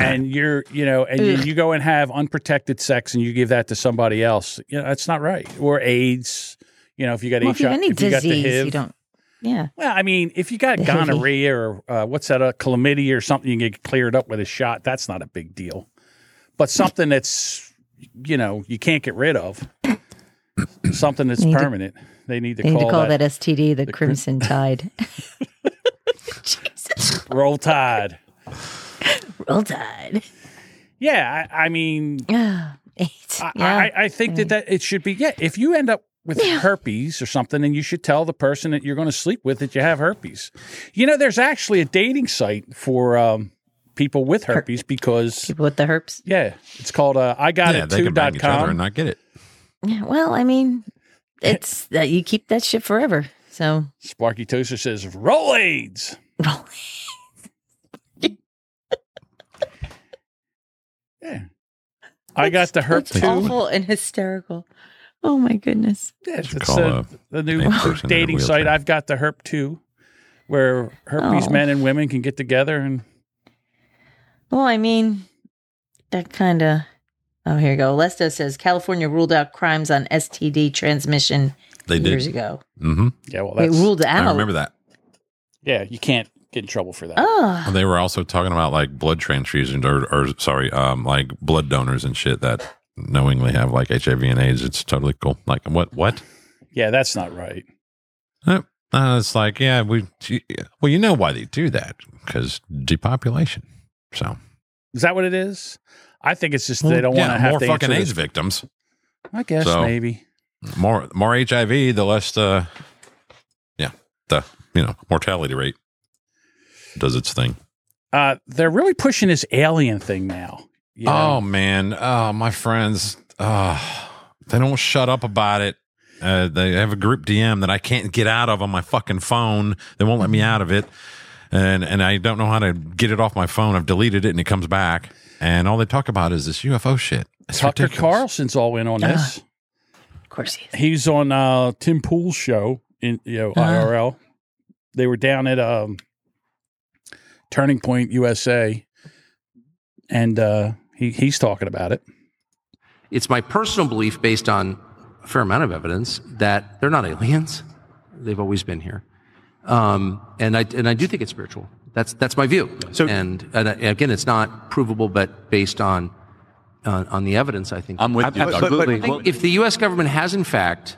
Speaker 3: and you're you know and you,
Speaker 2: Ugh.
Speaker 3: you go and have unprotected sex and you give that to somebody else you know that's not right or aids you know if you got
Speaker 4: Well,
Speaker 3: HIV,
Speaker 4: if you have any
Speaker 3: if you got the
Speaker 4: disease,
Speaker 3: HIV,
Speaker 4: you don't. Yeah.
Speaker 3: well i mean if you got
Speaker 4: The HIV.
Speaker 3: gonorrhea or uh, what's that uh, chlamydia or something you can get cleared up with a shot that's not a big deal but something that's you know you can't get rid of something that's
Speaker 4: They need to-
Speaker 3: permanent they need to
Speaker 4: they
Speaker 3: call,
Speaker 4: need to call
Speaker 3: that,
Speaker 4: that, STD the, Crimson Tide. Jesus.
Speaker 3: roll tide
Speaker 4: Roll Tide.
Speaker 3: Yeah, I, I mean, I,
Speaker 4: yeah.
Speaker 3: I, I think that, that it should be. Yeah, if you end up with herpes or something, and you should tell the person that you're going to sleep with that you have herpes. You know, there's actually a dating site for um, people with herpes because people
Speaker 4: with the herpes.
Speaker 3: Yeah, it's called uh, I got
Speaker 2: yeah,
Speaker 3: it
Speaker 2: they
Speaker 3: too
Speaker 2: can bang
Speaker 3: dot
Speaker 2: each other and
Speaker 3: com.
Speaker 2: not get it.
Speaker 4: Yeah, well, I mean, it's that you keep that shit forever. So
Speaker 3: Sparky Toaster says roll aids. yeah, I got the herp
Speaker 4: it's
Speaker 3: too.
Speaker 4: awful and hysterical. Oh my goodness.
Speaker 3: Yeah,
Speaker 4: That's
Speaker 3: it's
Speaker 2: call
Speaker 3: uh,
Speaker 2: a
Speaker 3: the
Speaker 2: lame
Speaker 3: new
Speaker 2: person in a
Speaker 3: dating site.
Speaker 2: wheelchair.
Speaker 3: I've got the herp too, where herpes
Speaker 4: Oh.
Speaker 3: men and women can get together and
Speaker 4: Well, I mean, that kind of. Oh, here you go. Lesto says California ruled out crimes on STD transmission
Speaker 2: They did.
Speaker 4: years ago.
Speaker 2: Mm-hmm.
Speaker 3: Yeah, well,
Speaker 4: Wait, that's- ruled out.
Speaker 2: I remember that.
Speaker 3: Yeah, you can't get in trouble for that.
Speaker 4: Oh,
Speaker 2: They were also talking about like blood transfusions or, or sorry, um, like blood donors and shit that knowingly have like HIV and AIDS. It's totally cool. Like what? What?
Speaker 3: yeah, that's not right.
Speaker 2: Uh, it's like yeah, we. Well, you know why they do that because depopulation. So
Speaker 3: Is that what it is? I think it's just they don't
Speaker 2: Yeah,
Speaker 3: want to have
Speaker 2: more
Speaker 3: to
Speaker 2: fucking
Speaker 3: answer
Speaker 2: AIDS
Speaker 3: this-
Speaker 2: victims.
Speaker 3: I guess
Speaker 2: So-
Speaker 3: maybe.
Speaker 2: More more HIV, the less uh, yeah, the you know mortality rate does its thing.
Speaker 3: Uh, they're really pushing this alien thing now. you know?
Speaker 2: Oh man, oh my friends, oh, they don't shut up about it. Uh, they have a group DM that I can't get out of on my fucking phone. They won't let me out of it, and and I don't know how to get it off my phone. I've deleted it and it comes back, and all they talk about is this UFO shit. It's
Speaker 3: Tucker
Speaker 2: ridiculous.
Speaker 3: Carlson's all in on this.
Speaker 4: of course he is.
Speaker 3: He's on uh, Tim Pool's show in you know
Speaker 4: Ah.
Speaker 3: IRL. They were down at um, Turning Point USA, and uh, he he's talking about it.
Speaker 15: It's my personal belief, based on a fair amount of evidence, that they're not aliens. They've always been here, um, and I and I do think it's spiritual. That's that's my view. So and, and I- again, it's not provable, but based on uh, on the evidence, I think
Speaker 16: I'm with you, Doug.
Speaker 15: Absolutely.
Speaker 16: But- but-
Speaker 15: if the U.S. government has in fact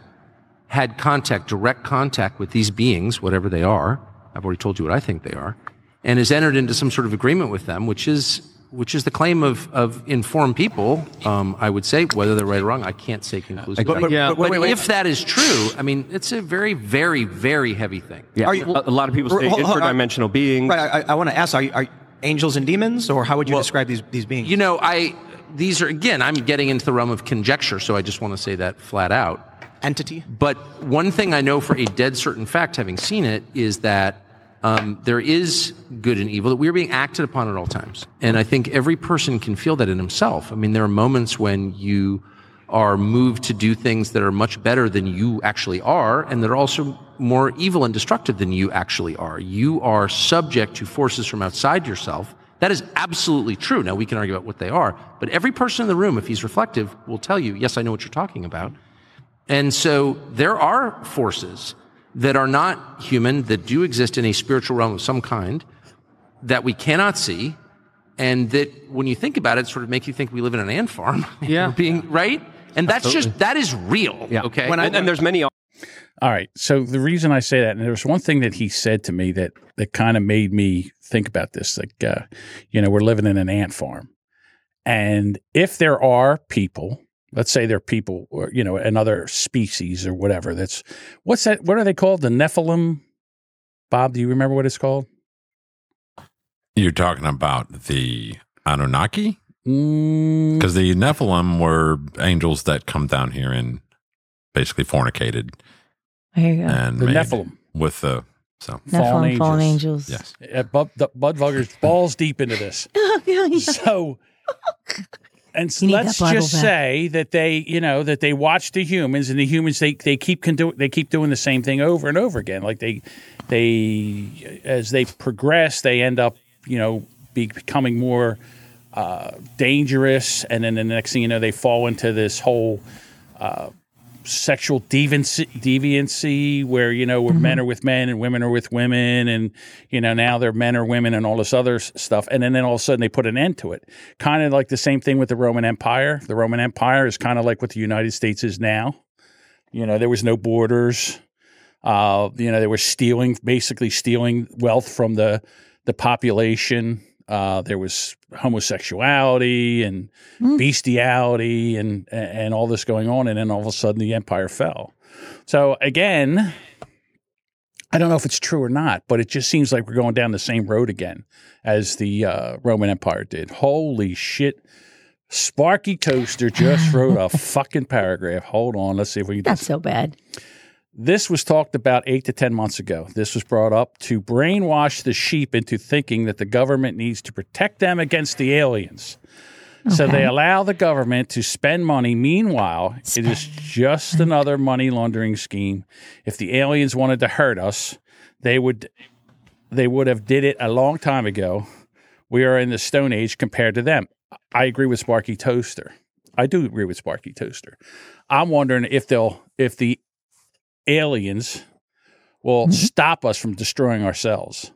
Speaker 15: had contact, direct contact with these beings, whatever they are, I've already told you what I think they are, and has entered into some sort of agreement with them, which is which is the claim of, of informed people, um, I would say, whether they're right or wrong, I can't say conclusively.
Speaker 16: But- but- Yeah. but wait, wait.
Speaker 15: if that is true, I mean, it's a very, very, very heavy thing.
Speaker 17: Yeah, a, a lot of people say
Speaker 15: Hold- hold on.
Speaker 17: interdimensional beings.
Speaker 18: Right. I, I want to ask: are, are angels and demons, or how would you describe these these beings?
Speaker 15: You know, I these are again, I'm getting into the realm of conjecture, so I just want to say that flat out.
Speaker 18: Entity.
Speaker 15: But one thing I know for a dead certain fact, having seen it, is that um, there is good and evil that we are being acted upon at all times, and I think every person can feel that in himself. I mean, there are moments when you are moved to do things that are much better than you actually are, and that are also more evil and destructive than you actually are. You are subject to forces from outside yourself. That is absolutely true. Now, we can argue about what they are, but every person in the room, if he's reflective, will tell you, yes, I know what you're talking about. And so there are forces that are not human, that do exist in a spiritual realm of some kind, that we cannot see, and that when you think about it, sort of make you think we live in an ant farm. Yeah. being, right? And that's just,
Speaker 17: Absolutely.
Speaker 15: that is real. Yeah. Okay.
Speaker 17: and, and there's many.
Speaker 3: All right. So the reason I say that, and there was one thing that he said to me that that kind of made me think about this. Like, uh, you know, we're living in an ant farm, and if there are people, let's say they're people, or you know, another species or whatever. That's what's that? What are they called? The Nephilim. Bob, do you remember what it's called?
Speaker 2: You're talking about the Anunnaki?
Speaker 3: Mm,
Speaker 2: Because the Nephilim were angels that come down here and basically fornicated
Speaker 4: There you go.
Speaker 2: and
Speaker 3: The
Speaker 2: made
Speaker 3: Nephilim.
Speaker 2: with the so
Speaker 4: Nephilim, fallen angels.
Speaker 2: Yes.
Speaker 3: Uh, Bud, the, Budweiser's balls deep into this. So, and
Speaker 4: need that
Speaker 3: let's
Speaker 4: Bible
Speaker 3: just
Speaker 4: back.
Speaker 3: say that they, you know, that they watch the humans, and the humans they they keep can do they keep doing the same thing over and over again. Like they they as they progress, they end up you know be, becoming more uh, dangerous, and then the next thing you know, they fall into this whole. Uh, sexual deviancy, deviancy where you know where men are with men and women are with women and you know now they're men or women and all this other s- stuff and then, then all of a sudden they put an end to it kind of like the same thing with the roman empire the roman empire is kind of like what the united states is now you know there was no borders uh, you know they were stealing basically stealing wealth from the the population uh, there was homosexuality and bestiality and and all this going on and then all of a sudden the empire fell so again i don't know if it's true or not but it just seems like we're going down the same road again as the uh, roman empire did holy shit sparky toaster just wrote a fucking paragraph hold on let's see if we can
Speaker 4: That's so bad.
Speaker 3: this was talked about eight to 10 months ago. This was brought up to brainwash the sheep into thinking that the government needs to protect them against the aliens. So
Speaker 19: Okay.
Speaker 3: they allow the government to spend money. Meanwhile, it is just another money laundering scheme. If the aliens wanted to hurt us, they would they would have did it a long time ago. We are in the Stone Age compared to them. I agree with Sparky Toaster. I do agree with Sparky Toaster. I'm wondering if they'll if the aliens will stop us from destroying ourselves,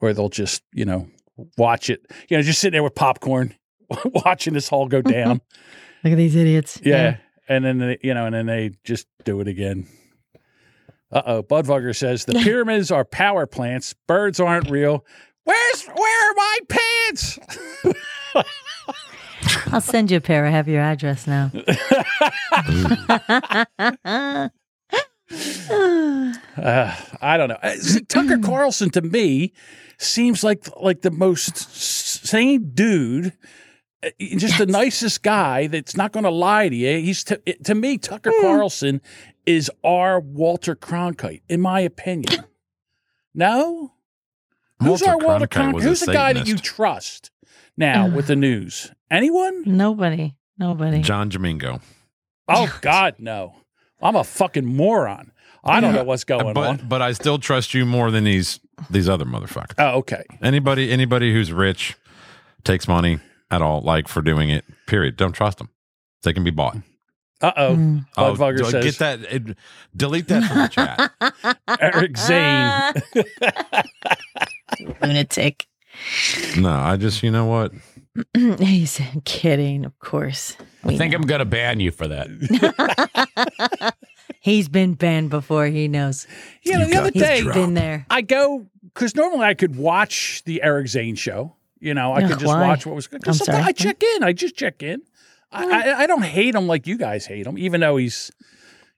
Speaker 3: or they'll just you know watch it. You know, just sitting there with popcorn, watching this all go down.
Speaker 4: Look at these idiots.
Speaker 3: Yeah. And then, they, you know, and then they just do it again. Uh oh. Budvugger says the pyramids are power plants. Birds aren't real. Where's where are my pants?
Speaker 4: I'll send you a pair. I have your address now.
Speaker 3: Uh, I don't know. Uh, see, Tucker Carlson to me seems like like the most s- sane dude, uh, just the nicest guy that's not going to lie to you. He's to, to me Tucker Carlson is our Walter Cronkite in my opinion. no, who's
Speaker 2: Walter
Speaker 3: our Walter
Speaker 2: Cronkite
Speaker 3: Cronkite?
Speaker 2: was a
Speaker 3: Who's the guy that you
Speaker 2: Satanist.
Speaker 3: trust now with the news? Anyone?
Speaker 4: Nobody. Nobody.
Speaker 2: John Domingo.
Speaker 3: Oh God, no! I'm a fucking moron. I don't
Speaker 2: Yeah.
Speaker 3: know what's going
Speaker 2: Uh, but,
Speaker 3: on.
Speaker 2: But I still trust you more than these these other motherfuckers.
Speaker 3: Oh, okay.
Speaker 2: Anybody anybody who's rich takes money at all, like for doing it. Period. Don't trust them. They can be bought.
Speaker 3: Uh oh.
Speaker 4: Hmm.
Speaker 2: Oh,
Speaker 3: Budweiser
Speaker 2: do I
Speaker 3: says-
Speaker 2: get that. it- delete that from the chat.
Speaker 3: Eric Zane.
Speaker 4: Lunatic.
Speaker 2: No, I just you know what?
Speaker 4: He's kidding, of course.
Speaker 16: I think I'm going to ban you for that.
Speaker 4: He's been banned before. He knows.
Speaker 3: You know, the other day,
Speaker 4: he's been there.
Speaker 3: I go because normally I could watch the Eric Zane show. You know, I
Speaker 4: Ugh,
Speaker 3: could just
Speaker 4: why?
Speaker 3: watch what was good.
Speaker 4: I'm
Speaker 3: Because sometimes
Speaker 4: sorry.
Speaker 3: I check in. I just check in. I, I, I don't hate him like you guys hate him, even though he's,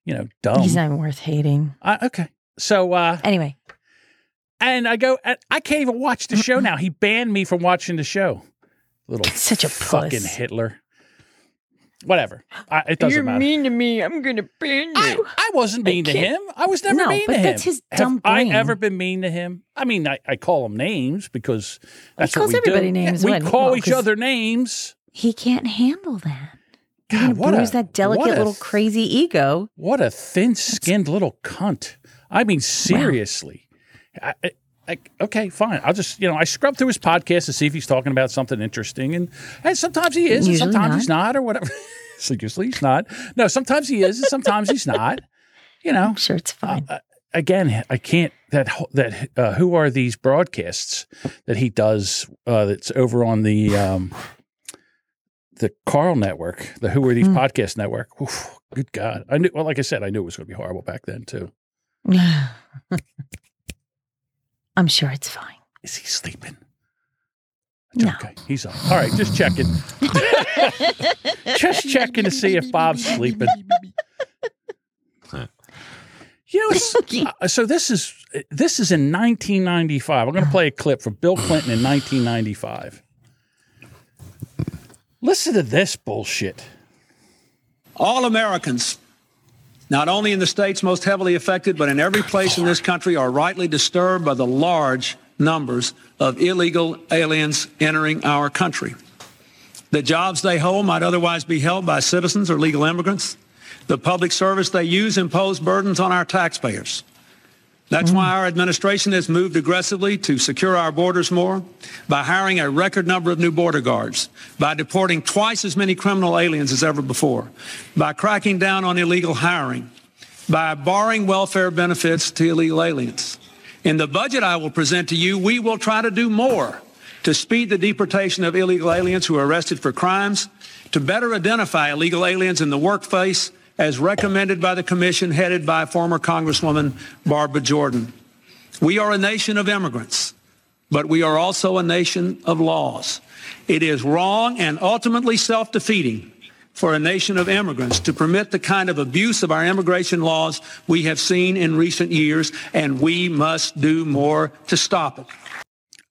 Speaker 3: you know, dumb.
Speaker 4: He's not even worth hating.
Speaker 3: I, okay. So uh
Speaker 4: anyway,
Speaker 3: and I go, and I can't even watch the show now. He banned me from watching the show. Little
Speaker 4: such a
Speaker 3: fucking
Speaker 4: puss.
Speaker 3: Hitler. Whatever. I, it doesn't
Speaker 4: You're
Speaker 3: matter.
Speaker 4: mean to me. I'm gonna ban you.
Speaker 3: I, I wasn't mean to
Speaker 4: can't-
Speaker 3: him. I was never
Speaker 4: No,
Speaker 3: mean
Speaker 4: but
Speaker 3: to him.
Speaker 4: that's his dumb
Speaker 3: Have
Speaker 4: brain.
Speaker 3: I ever been mean to him? I mean, I, I call him names because that's
Speaker 4: calls
Speaker 3: what we
Speaker 4: everybody
Speaker 3: do.
Speaker 4: names,
Speaker 3: Yeah,
Speaker 4: wouldn't
Speaker 3: we
Speaker 4: he?
Speaker 3: call
Speaker 4: Well,
Speaker 3: each
Speaker 4: 'cause-
Speaker 3: other names.
Speaker 4: He can't handle that.
Speaker 3: God,
Speaker 4: You're gonna
Speaker 3: what
Speaker 4: bruise
Speaker 3: a-
Speaker 4: that delicate
Speaker 3: what a
Speaker 4: little crazy ego.
Speaker 3: What a thin-skinned little cunt. I mean, seriously. I, I, like, okay, fine. I'll just you know I scrub through his podcast to see if he's talking about something interesting, and and sometimes he is,
Speaker 16: Usually
Speaker 3: and sometimes
Speaker 16: not.
Speaker 3: he's not, or whatever. Seriously, he's not. No, sometimes he is, and sometimes he's not. You know, I'm
Speaker 4: sure it's fine.
Speaker 3: again, I can't that wh- that uh, who are these broadcasts that he does uh, that's over on the um, the Carl Network, the Who Are These
Speaker 4: Mm.
Speaker 3: Podcast Network. Oof, good God, I knew. Well, like I said, I knew it was going to be horrible back then too.
Speaker 4: I'm sure it's fine.
Speaker 3: Is he sleeping?
Speaker 4: No.
Speaker 3: Okay, he's up. All right, just checking. just checking to see if Bob's sleeping. You know, it's- uh, so this is this is in 1995. I'm going to play a clip from Bill Clinton in 1995. Listen to this bullshit.
Speaker 19: All Americans, not only in the states most heavily affected, but in every place in this country, are rightly disturbed by the large numbers of illegal aliens entering our country. The jobs they hold might otherwise be held by citizens or legal immigrants. The public service they use impose burdens on our taxpayers. That's why our administration has moved aggressively to secure our borders more by hiring a record number of new border guards, by deporting twice as many criminal aliens as ever before, by cracking down on illegal hiring, by barring welfare benefits to illegal aliens. In the budget I will present to you, we will try to do more to speed the deportation of illegal aliens who are arrested for crimes, to better identify illegal aliens in the workplace, as recommended by the commission headed by former Congresswoman Barbara Jordan. We are a nation of immigrants, but we are also a nation of laws. It is wrong and ultimately self defeating for a nation of immigrants to permit the kind of abuse of our immigration laws we have seen in recent years, and we must do more to stop it.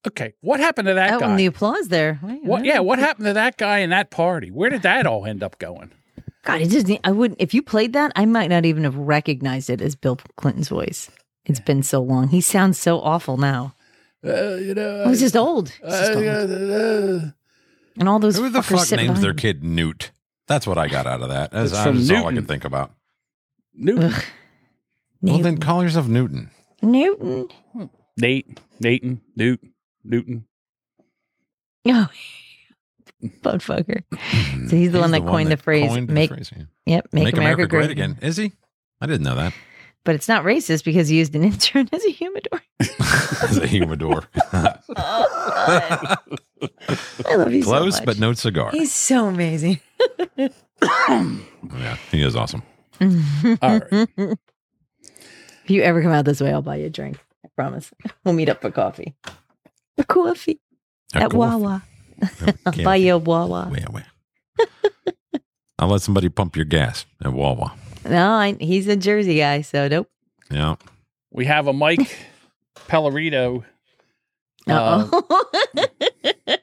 Speaker 3: Okay, what happened to that
Speaker 4: Oh,
Speaker 3: guy?
Speaker 4: and the applause there. Wait,
Speaker 3: What? Yeah, what happened to that guy in that party? Where did that all end up going?
Speaker 4: God, it doesn't. I wouldn't. If you played that, I might not even have recognized it as Bill Clinton's voice. It's been so long. He sounds so awful now.
Speaker 3: Uh, you know,
Speaker 4: He's just old. He's
Speaker 3: Uh,
Speaker 4: just old.
Speaker 3: uh, uh,
Speaker 4: And all those
Speaker 2: Who the
Speaker 4: fuckers
Speaker 2: fuck
Speaker 4: sit
Speaker 2: names
Speaker 4: behind
Speaker 2: their
Speaker 4: him.
Speaker 2: kid Newt? That's what I got out of that. That's,
Speaker 3: It's from
Speaker 2: that's all I
Speaker 3: Newton.
Speaker 2: can think about.
Speaker 3: Newton.
Speaker 2: Well, then call yourself Newton.
Speaker 4: Newton.
Speaker 3: Nate, Nathan, Newt, Newton.
Speaker 4: Oh, buttfucker. So he's the one that
Speaker 2: the one
Speaker 4: coined the
Speaker 2: that
Speaker 4: phrase.
Speaker 2: coined the
Speaker 4: make,
Speaker 2: phrase, yeah.
Speaker 4: Yep. Make, America, great,
Speaker 2: again. Is he? I didn't know that.
Speaker 4: But it's not racist because he used an intern as a humidor.
Speaker 2: As a humidor.
Speaker 4: I love you so
Speaker 2: Close,
Speaker 4: much.
Speaker 2: but no cigar.
Speaker 4: He's so amazing.
Speaker 2: yeah, he is awesome.
Speaker 3: All
Speaker 4: right. If you ever come out this way, I'll buy you a drink. I promise. We'll meet up for coffee. For coffee.
Speaker 2: A
Speaker 4: At
Speaker 2: coffee.
Speaker 4: Wawa. I'll buy you a Wawa.
Speaker 2: I'll let somebody pump your gas at Wawa.
Speaker 4: No, I, he's a Jersey guy, so nope.
Speaker 2: Yeah.
Speaker 3: We have a Mike Pellerito.
Speaker 4: Uh,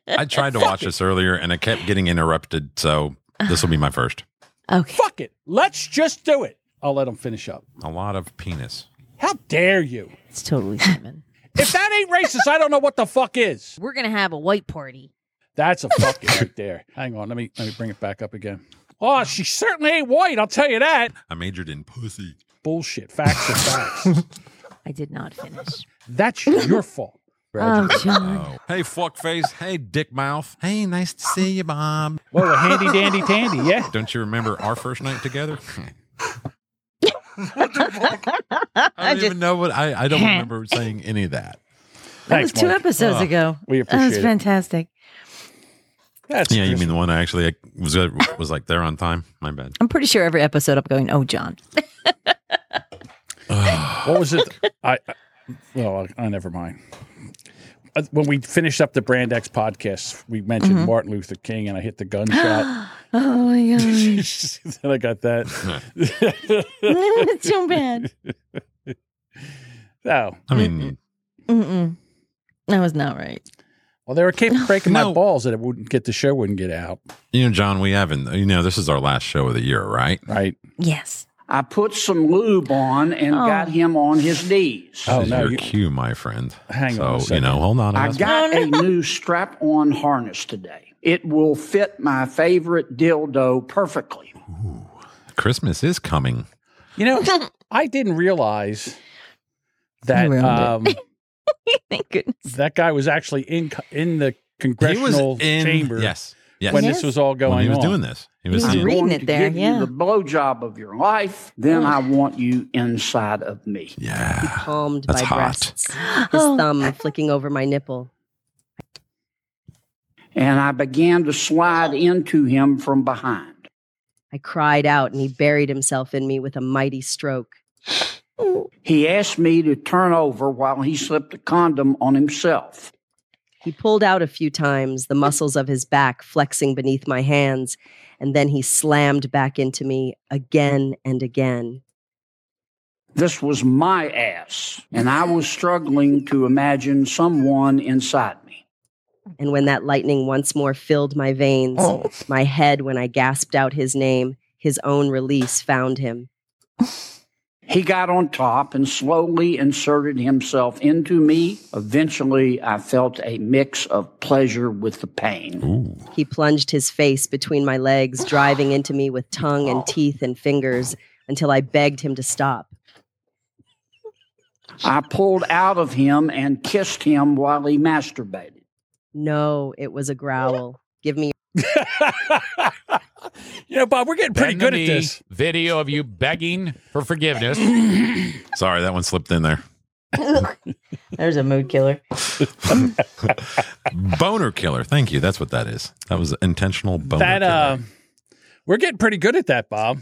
Speaker 2: I tried to watch this earlier and I kept getting interrupted. So this will be my first.
Speaker 4: Okay.
Speaker 3: Fuck it. Let's just do it. I'll let him finish up.
Speaker 2: A lot of penis.
Speaker 3: How dare you?
Speaker 4: It's totally human.
Speaker 3: if that ain't racist, I don't know what the fuck is.
Speaker 4: We're gonna have a white party.
Speaker 3: That's a fucking right there. Hang on, let me let me bring it back up again. Oh, she certainly ain't white. I'll tell you that.
Speaker 2: I majored in pussy.
Speaker 3: Bullshit. Facts are facts.
Speaker 4: I did not finish.
Speaker 3: That's your fault.
Speaker 4: Oh, John.
Speaker 2: Hey, fuckface. Hey, dick mouth. Hey, nice to see you, Bob.
Speaker 3: Well, a handy dandy tandy, yeah.
Speaker 2: Don't you remember our first night together? I
Speaker 4: I
Speaker 2: don't
Speaker 4: just,
Speaker 2: even know what I, I don't remember saying any of that.
Speaker 4: that was two episodes
Speaker 2: Oh,
Speaker 4: ago. That was fantastic.
Speaker 2: yeah, you mean the one I actually like, was was like there on time? My bad.
Speaker 4: I'm pretty sure every episode I'm going, oh, John.
Speaker 3: what was it? I, I well, I, I never mind. Uh, When we finished up the Brand X podcast, we mentioned
Speaker 4: Mhm.
Speaker 3: Martin Luther King, and I hit the gunshot.
Speaker 4: Oh, my God.
Speaker 3: then I got that.
Speaker 4: it's so bad.
Speaker 3: No,
Speaker 2: I mean,
Speaker 4: Mm-mm. That was not right.
Speaker 3: well, they were keep breaking my balls that it wouldn't get the show wouldn't get out.
Speaker 2: You know, John, we haven't. You know, this is our last show of the year, right?
Speaker 3: Right.
Speaker 4: Yes. Oh.
Speaker 20: I put some lube on and got him on his knees.
Speaker 2: Oh, your cue, my friend.
Speaker 20: Hang
Speaker 2: so,
Speaker 20: on a
Speaker 2: you
Speaker 20: second.
Speaker 2: know, hold on.
Speaker 20: I
Speaker 2: That's-
Speaker 20: got a new strap on harness today. It will fit my favorite dildo perfectly.
Speaker 2: Christmas is coming.
Speaker 3: You know, I didn't realize that
Speaker 2: ruined it.
Speaker 3: um, that guy was actually in co- in the congressional
Speaker 2: in-
Speaker 3: chamber.
Speaker 2: yes, yes.
Speaker 3: when
Speaker 20: Yes.
Speaker 3: this was all going
Speaker 2: When
Speaker 3: on,
Speaker 2: he was doing this. He was
Speaker 20: I'm
Speaker 2: saying-
Speaker 20: going to give you the blowjob of your life.
Speaker 4: Oh.
Speaker 20: Then I want you inside of me.
Speaker 2: Yeah,
Speaker 21: Palmed
Speaker 20: That's
Speaker 21: my
Speaker 20: hot.
Speaker 21: breasts, his
Speaker 4: Oh.
Speaker 21: thumb flicking over my nipple.
Speaker 20: and I began to slide into him from behind.
Speaker 21: I cried out, and he buried himself in me with a mighty stroke.
Speaker 20: He asked me to turn over while he slipped a condom on himself.
Speaker 21: He pulled out a few times, the muscles of his back flexing beneath my hands, and then he slammed back into me again and again.
Speaker 20: This was my ass, and I was struggling to imagine someone inside me.
Speaker 21: And when that lightning once more filled my veins, my head, when I gasped out his name, his own release found him.
Speaker 20: He got on top and slowly inserted himself into me. Eventually, I felt a mix of pleasure with the pain.
Speaker 21: He plunged his face between my legs, driving into me with tongue and teeth and fingers until I begged him to stop.
Speaker 20: I pulled out of him and kissed him while he masturbated.
Speaker 21: No, it was a growl. Give me.
Speaker 3: you know, Bob, we're getting pretty good at
Speaker 16: Agony
Speaker 3: this.
Speaker 16: Video of you begging for forgiveness.
Speaker 2: Sorry, that one slipped in there.
Speaker 4: There's a mood killer.
Speaker 2: boner killer. Thank you. That's what that is. That was intentional boner.
Speaker 3: that uh, we're getting pretty good at that, Bob.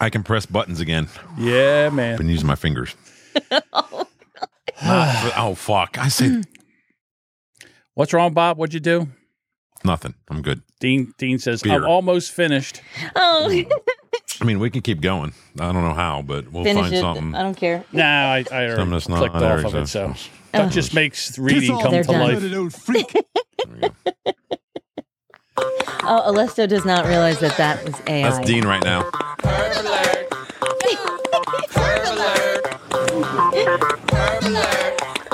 Speaker 2: I can press buttons again.
Speaker 3: Yeah, man.
Speaker 2: Been using my fingers. Not for- oh fuck! I say
Speaker 3: What's wrong, Bob? What'd you do?
Speaker 2: nothing. I'm good.
Speaker 3: Dean Dean says oh."
Speaker 2: Beer.
Speaker 3: I'm almost finished.
Speaker 4: Oh,
Speaker 2: I mean, we can keep going. I don't know how, but we'll
Speaker 4: finish
Speaker 2: find
Speaker 4: it.
Speaker 2: something.
Speaker 4: I don't care.
Speaker 3: No, I, I
Speaker 2: Something
Speaker 3: already
Speaker 2: that's not
Speaker 3: clicked off
Speaker 2: there,
Speaker 3: of it,
Speaker 2: so-
Speaker 3: so that
Speaker 4: Ugh.
Speaker 3: just makes reading come to life.
Speaker 4: Oh, Alesto does not realize that that was AI.
Speaker 2: That's Dean right now.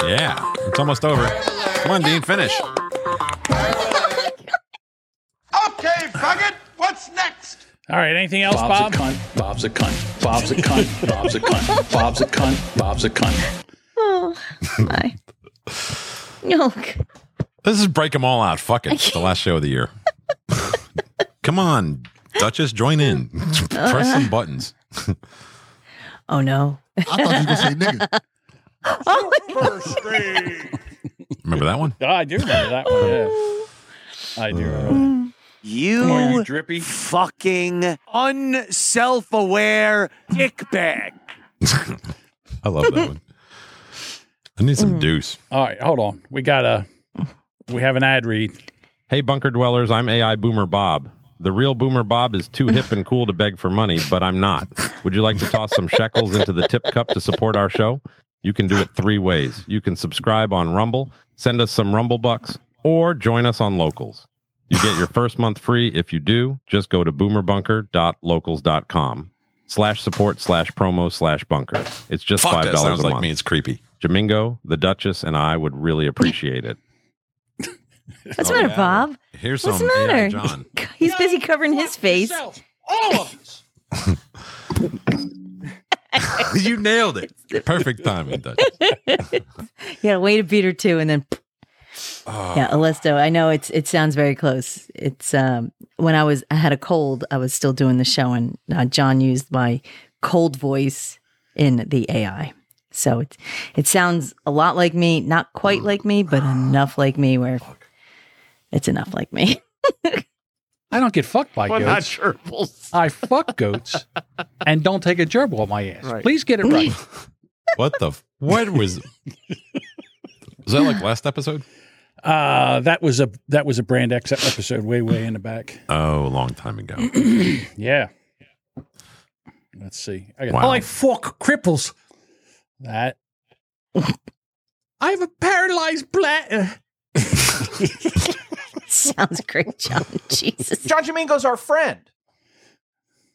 Speaker 2: Yeah, it's almost over. Come on, Dean, finish.
Speaker 9: Okay, faggot, what's next?
Speaker 3: All right, anything else, Bob?
Speaker 9: Bob's a
Speaker 3: Bob's a cunt. Bob's a cunt. Bob's a cunt. Bob's a cunt. Bob's a cunt.
Speaker 4: Oh, my. No.
Speaker 2: This is break them all out. Fuck it. It's the last show of the year. Come on, Duchess, join in. Press some buttons.
Speaker 4: Oh, no. I
Speaker 2: thought you were gonna say nigga. Remember that one?
Speaker 3: Ah, I do remember that one. Yeah, I do. Remember that.
Speaker 22: You,
Speaker 3: Are you
Speaker 22: drippy? fucking unself-aware dickbag.
Speaker 2: I love that one. I need some deuce.
Speaker 3: All right, hold on. We got a. We have an ad read.
Speaker 2: Hey, bunker dwellers, I'm AI Boomer Bob. The real Boomer Bob is too hip and cool to beg for money, but I'm not. Would you like to toss some shekels into the tip cup to support our show? You can do it three ways. You can subscribe on Rumble, send us some Rumble bucks, or join us on Locals. You get your first month free if you do. Just go to boomerbunker.locals.com slash support slash promo slash bunker. It's just
Speaker 23: Fuck, that
Speaker 2: $5
Speaker 23: sounds
Speaker 2: a
Speaker 23: like
Speaker 2: month.
Speaker 23: me. It's creepy.
Speaker 2: Jamingo, the Duchess, and I would really appreciate it.
Speaker 4: What's the matter, Bob?
Speaker 2: Oh, Here's
Speaker 4: What's
Speaker 2: some
Speaker 4: the
Speaker 2: AI
Speaker 4: matter?
Speaker 2: John.
Speaker 4: He's busy covering his face.
Speaker 22: All of us.
Speaker 2: you nailed it. Perfect timing, Dutch.
Speaker 4: yeah, way to beat her too, and then
Speaker 2: Oh.
Speaker 4: yeah, Alesto. I know it's it sounds very close. It's um when I was I had a cold, I was still doing the show, and uh, John used my cold voice in the AI. So it it sounds a lot like me, not quite like me, but enough like me where it's enough like me.
Speaker 3: I don't get fucked by
Speaker 4: Well, not
Speaker 3: goats. I fuck goats and don't take a gerbil on my ass. Please get it right.
Speaker 2: What the? f- What was? Was that like last episode?
Speaker 3: Uh, that was a that was a brand X episode way way in the back.
Speaker 2: Oh, a long time ago.
Speaker 3: Yeah. Let's see. I got,
Speaker 2: Wow.
Speaker 3: I fuck cripples. That I have a paralyzed bladder.
Speaker 4: Sounds great, John. Jesus.
Speaker 5: John Domingo's our friend.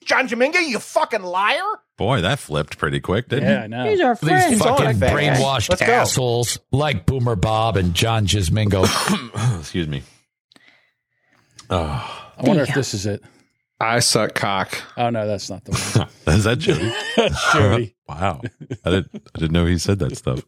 Speaker 5: John Domingo, you fucking liar.
Speaker 2: Boy, that flipped pretty quick, didn't
Speaker 5: Yeah,
Speaker 2: it?
Speaker 5: I know. These are friends.
Speaker 16: These
Speaker 5: It's on, in
Speaker 16: fucking
Speaker 5: fact.
Speaker 16: brainwashed
Speaker 5: Let's go.
Speaker 16: assholes like Boomer Bob and John Jismingo.
Speaker 2: Excuse me.
Speaker 6: Oh.
Speaker 3: I wonder if this is it.
Speaker 6: I suck cock.
Speaker 3: Oh no, that's not the one.
Speaker 2: Is that Jody?
Speaker 3: That's Jody.
Speaker 2: wow. I didn't. I didn't know he said that stuff.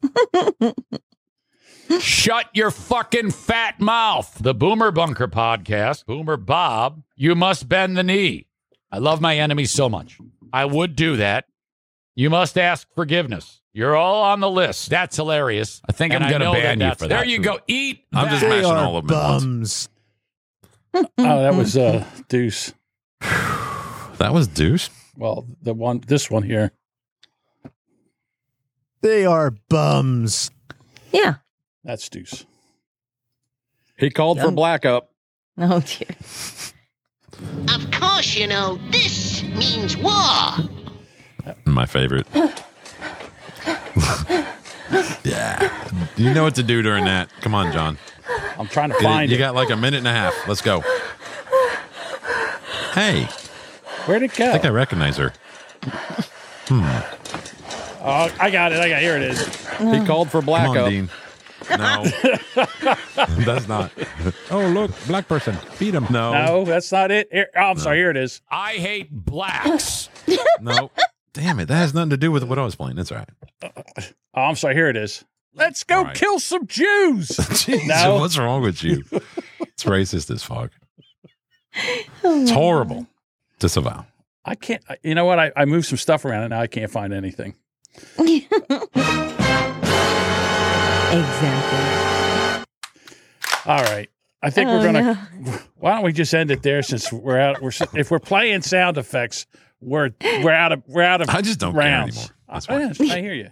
Speaker 16: Shut your fucking fat mouth. The Boomer Bunker podcast. Boomer Bob, you must bend the knee. I love my enemies so much. I would do that. You must ask forgiveness. You're all on the list. That's hilarious.
Speaker 2: I think
Speaker 16: And
Speaker 2: I'm gonna
Speaker 16: know
Speaker 2: ban you
Speaker 16: that's-
Speaker 2: for
Speaker 16: There
Speaker 2: that.
Speaker 16: you go. Eat.
Speaker 2: I'm
Speaker 16: that.
Speaker 2: just mashing all of them. at once.
Speaker 3: Oh, that was uh Deuce.
Speaker 2: That was Deuce.
Speaker 3: Well, the one this one here.
Speaker 23: They are bums.
Speaker 4: Yeah.
Speaker 3: That's Deuce.
Speaker 6: He called for
Speaker 4: Yum.
Speaker 6: black up.
Speaker 4: Oh dear.
Speaker 24: Of course, you know, this means war.
Speaker 2: My favorite. yeah. You know what to do during that. Come on, John.
Speaker 3: I'm trying to
Speaker 2: find you, got like a minute and a half. Let's go. Hey.
Speaker 3: Where'd it go?
Speaker 2: I think I recognize her. Hmm.
Speaker 3: Oh, I got it. I got here. It is.
Speaker 6: He called for black
Speaker 2: Come on,
Speaker 6: up.
Speaker 2: Dean. No. That's not. Oh, look. Black person. Beat him. No.
Speaker 3: No, that's not it. Here, oh, I'm sorry. Here it is.
Speaker 16: I hate blacks.
Speaker 2: No. Damn it. That has nothing to do with what I was playing. That's all right.
Speaker 3: Oh, I'm sorry. Here it is. Let's go kill some Jews.
Speaker 2: So
Speaker 3: no,
Speaker 2: what's wrong with you? It's racist as fuck. It's horrible. Disavow.
Speaker 3: I can't. I- You know what? I, I moved some stuff around and now I can't find anything.
Speaker 4: exactly.
Speaker 3: All right. I think
Speaker 4: Oh,
Speaker 3: we're gonna. Why don't we just end it there? Since we're out, we're if we're playing sound effects, we're we're out of we're out of. I just
Speaker 2: don't care
Speaker 3: rounds.
Speaker 2: anymore. That's
Speaker 3: I,
Speaker 2: why.
Speaker 3: I hear you.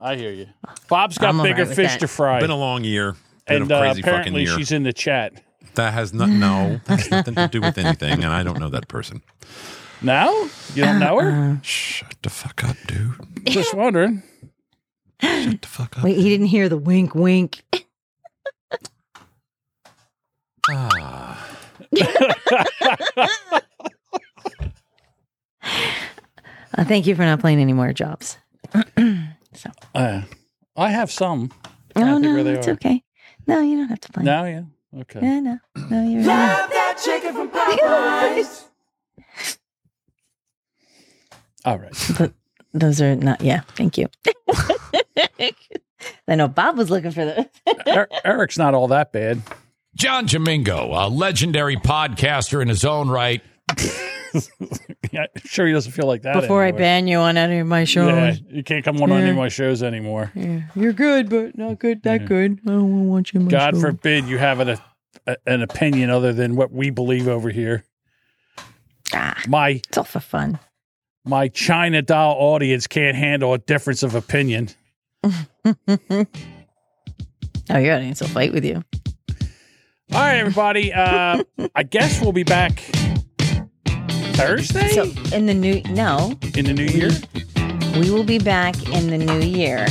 Speaker 3: I hear you. Bob's got
Speaker 2: I'm all
Speaker 3: bigger
Speaker 2: right with
Speaker 3: fish
Speaker 2: that.
Speaker 3: to fry.
Speaker 2: Been a long year. Been
Speaker 3: and
Speaker 2: a
Speaker 3: uh,
Speaker 2: crazy fucking
Speaker 3: apparently
Speaker 2: year.
Speaker 3: she's in the chat.
Speaker 2: That has not no. That has nothing to do with anything, and I don't know that person.
Speaker 3: No, you don't know her.
Speaker 2: Shut the fuck up, dude.
Speaker 3: Just wondering.
Speaker 4: Wait, he didn't hear the wink, wink.
Speaker 2: Ah.
Speaker 4: Uh, thank you for not playing any more jobs.
Speaker 3: Uh, I have some.
Speaker 4: No,
Speaker 3: think
Speaker 4: Oh, no,
Speaker 3: where they
Speaker 4: it's
Speaker 3: are.
Speaker 4: okay. No, you don't have to play.
Speaker 3: No, yeah, okay.
Speaker 4: No, no, no, you're right.
Speaker 23: that chicken from Popeyes.
Speaker 3: All right.
Speaker 4: But those are not. Yeah, thank you. I know Bob was looking for the.
Speaker 3: Er- Eric's not all that bad.
Speaker 16: John Jamingo, a legendary podcaster in his own right.
Speaker 3: Yeah, I'm sure he doesn't feel like that.
Speaker 4: Before I
Speaker 3: anymore.
Speaker 4: ban you on any of my
Speaker 3: Yeah,
Speaker 4: shows.
Speaker 3: you can't come on any
Speaker 4: Yeah.
Speaker 3: of my shows anymore.
Speaker 4: Yeah, You're good, but not good, that
Speaker 3: Yeah.
Speaker 4: good. I don't want you in my
Speaker 3: God
Speaker 4: show.
Speaker 3: forbid you have an, a, an opinion other than what we believe over here. my it's
Speaker 4: Ah, all for fun.
Speaker 3: My China doll audience can't handle a difference of opinion.
Speaker 4: Oh, your audience will fight with you.
Speaker 3: All right, everybody. Uh, I guess we'll be back Thursday
Speaker 4: So in the new no,
Speaker 3: in the new year.
Speaker 4: we will be back in the new year.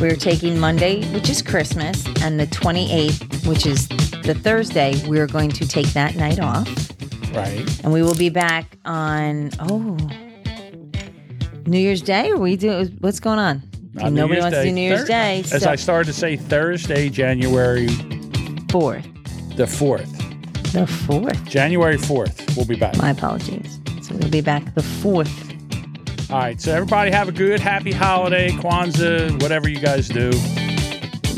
Speaker 4: We're taking Monday, which is Christmas, and the 28th, which is the Thursday. We're going to take that night off.
Speaker 3: Right.
Speaker 4: And we will be back on oh New Year's Day. Are we do what's going on?
Speaker 3: On New
Speaker 4: nobody
Speaker 3: Year's
Speaker 4: wants
Speaker 3: Day.
Speaker 4: to do New Year's
Speaker 3: Thur-
Speaker 4: Day.
Speaker 3: As
Speaker 4: so-
Speaker 3: I started to say, Thursday, January
Speaker 4: fourth.
Speaker 3: The fourth.
Speaker 4: The fourth.
Speaker 3: January fourth. We'll be back.
Speaker 4: My apologies. So we'll be back the fourth
Speaker 3: All right, so everybody have a good, happy holiday, Kwanzaa, whatever you guys do.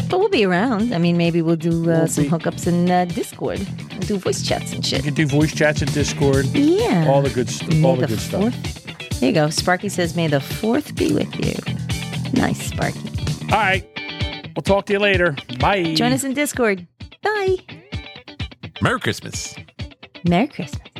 Speaker 4: But we'll be around. I mean, maybe we'll do uh, some hookups in uh, Discord. We'll do voice chats and
Speaker 3: You
Speaker 4: shit.
Speaker 3: can do voice chats in Discord.
Speaker 4: Yeah.
Speaker 3: All the good, st- all the good stuff.
Speaker 4: Fourth. There you go. Sparky says, "May the fourth be with you." Nice, Sparky.
Speaker 3: All right, we'll talk to you later. Bye.
Speaker 4: Join us in Discord. Bye.
Speaker 2: Merry Christmas.
Speaker 4: Merry Christmas.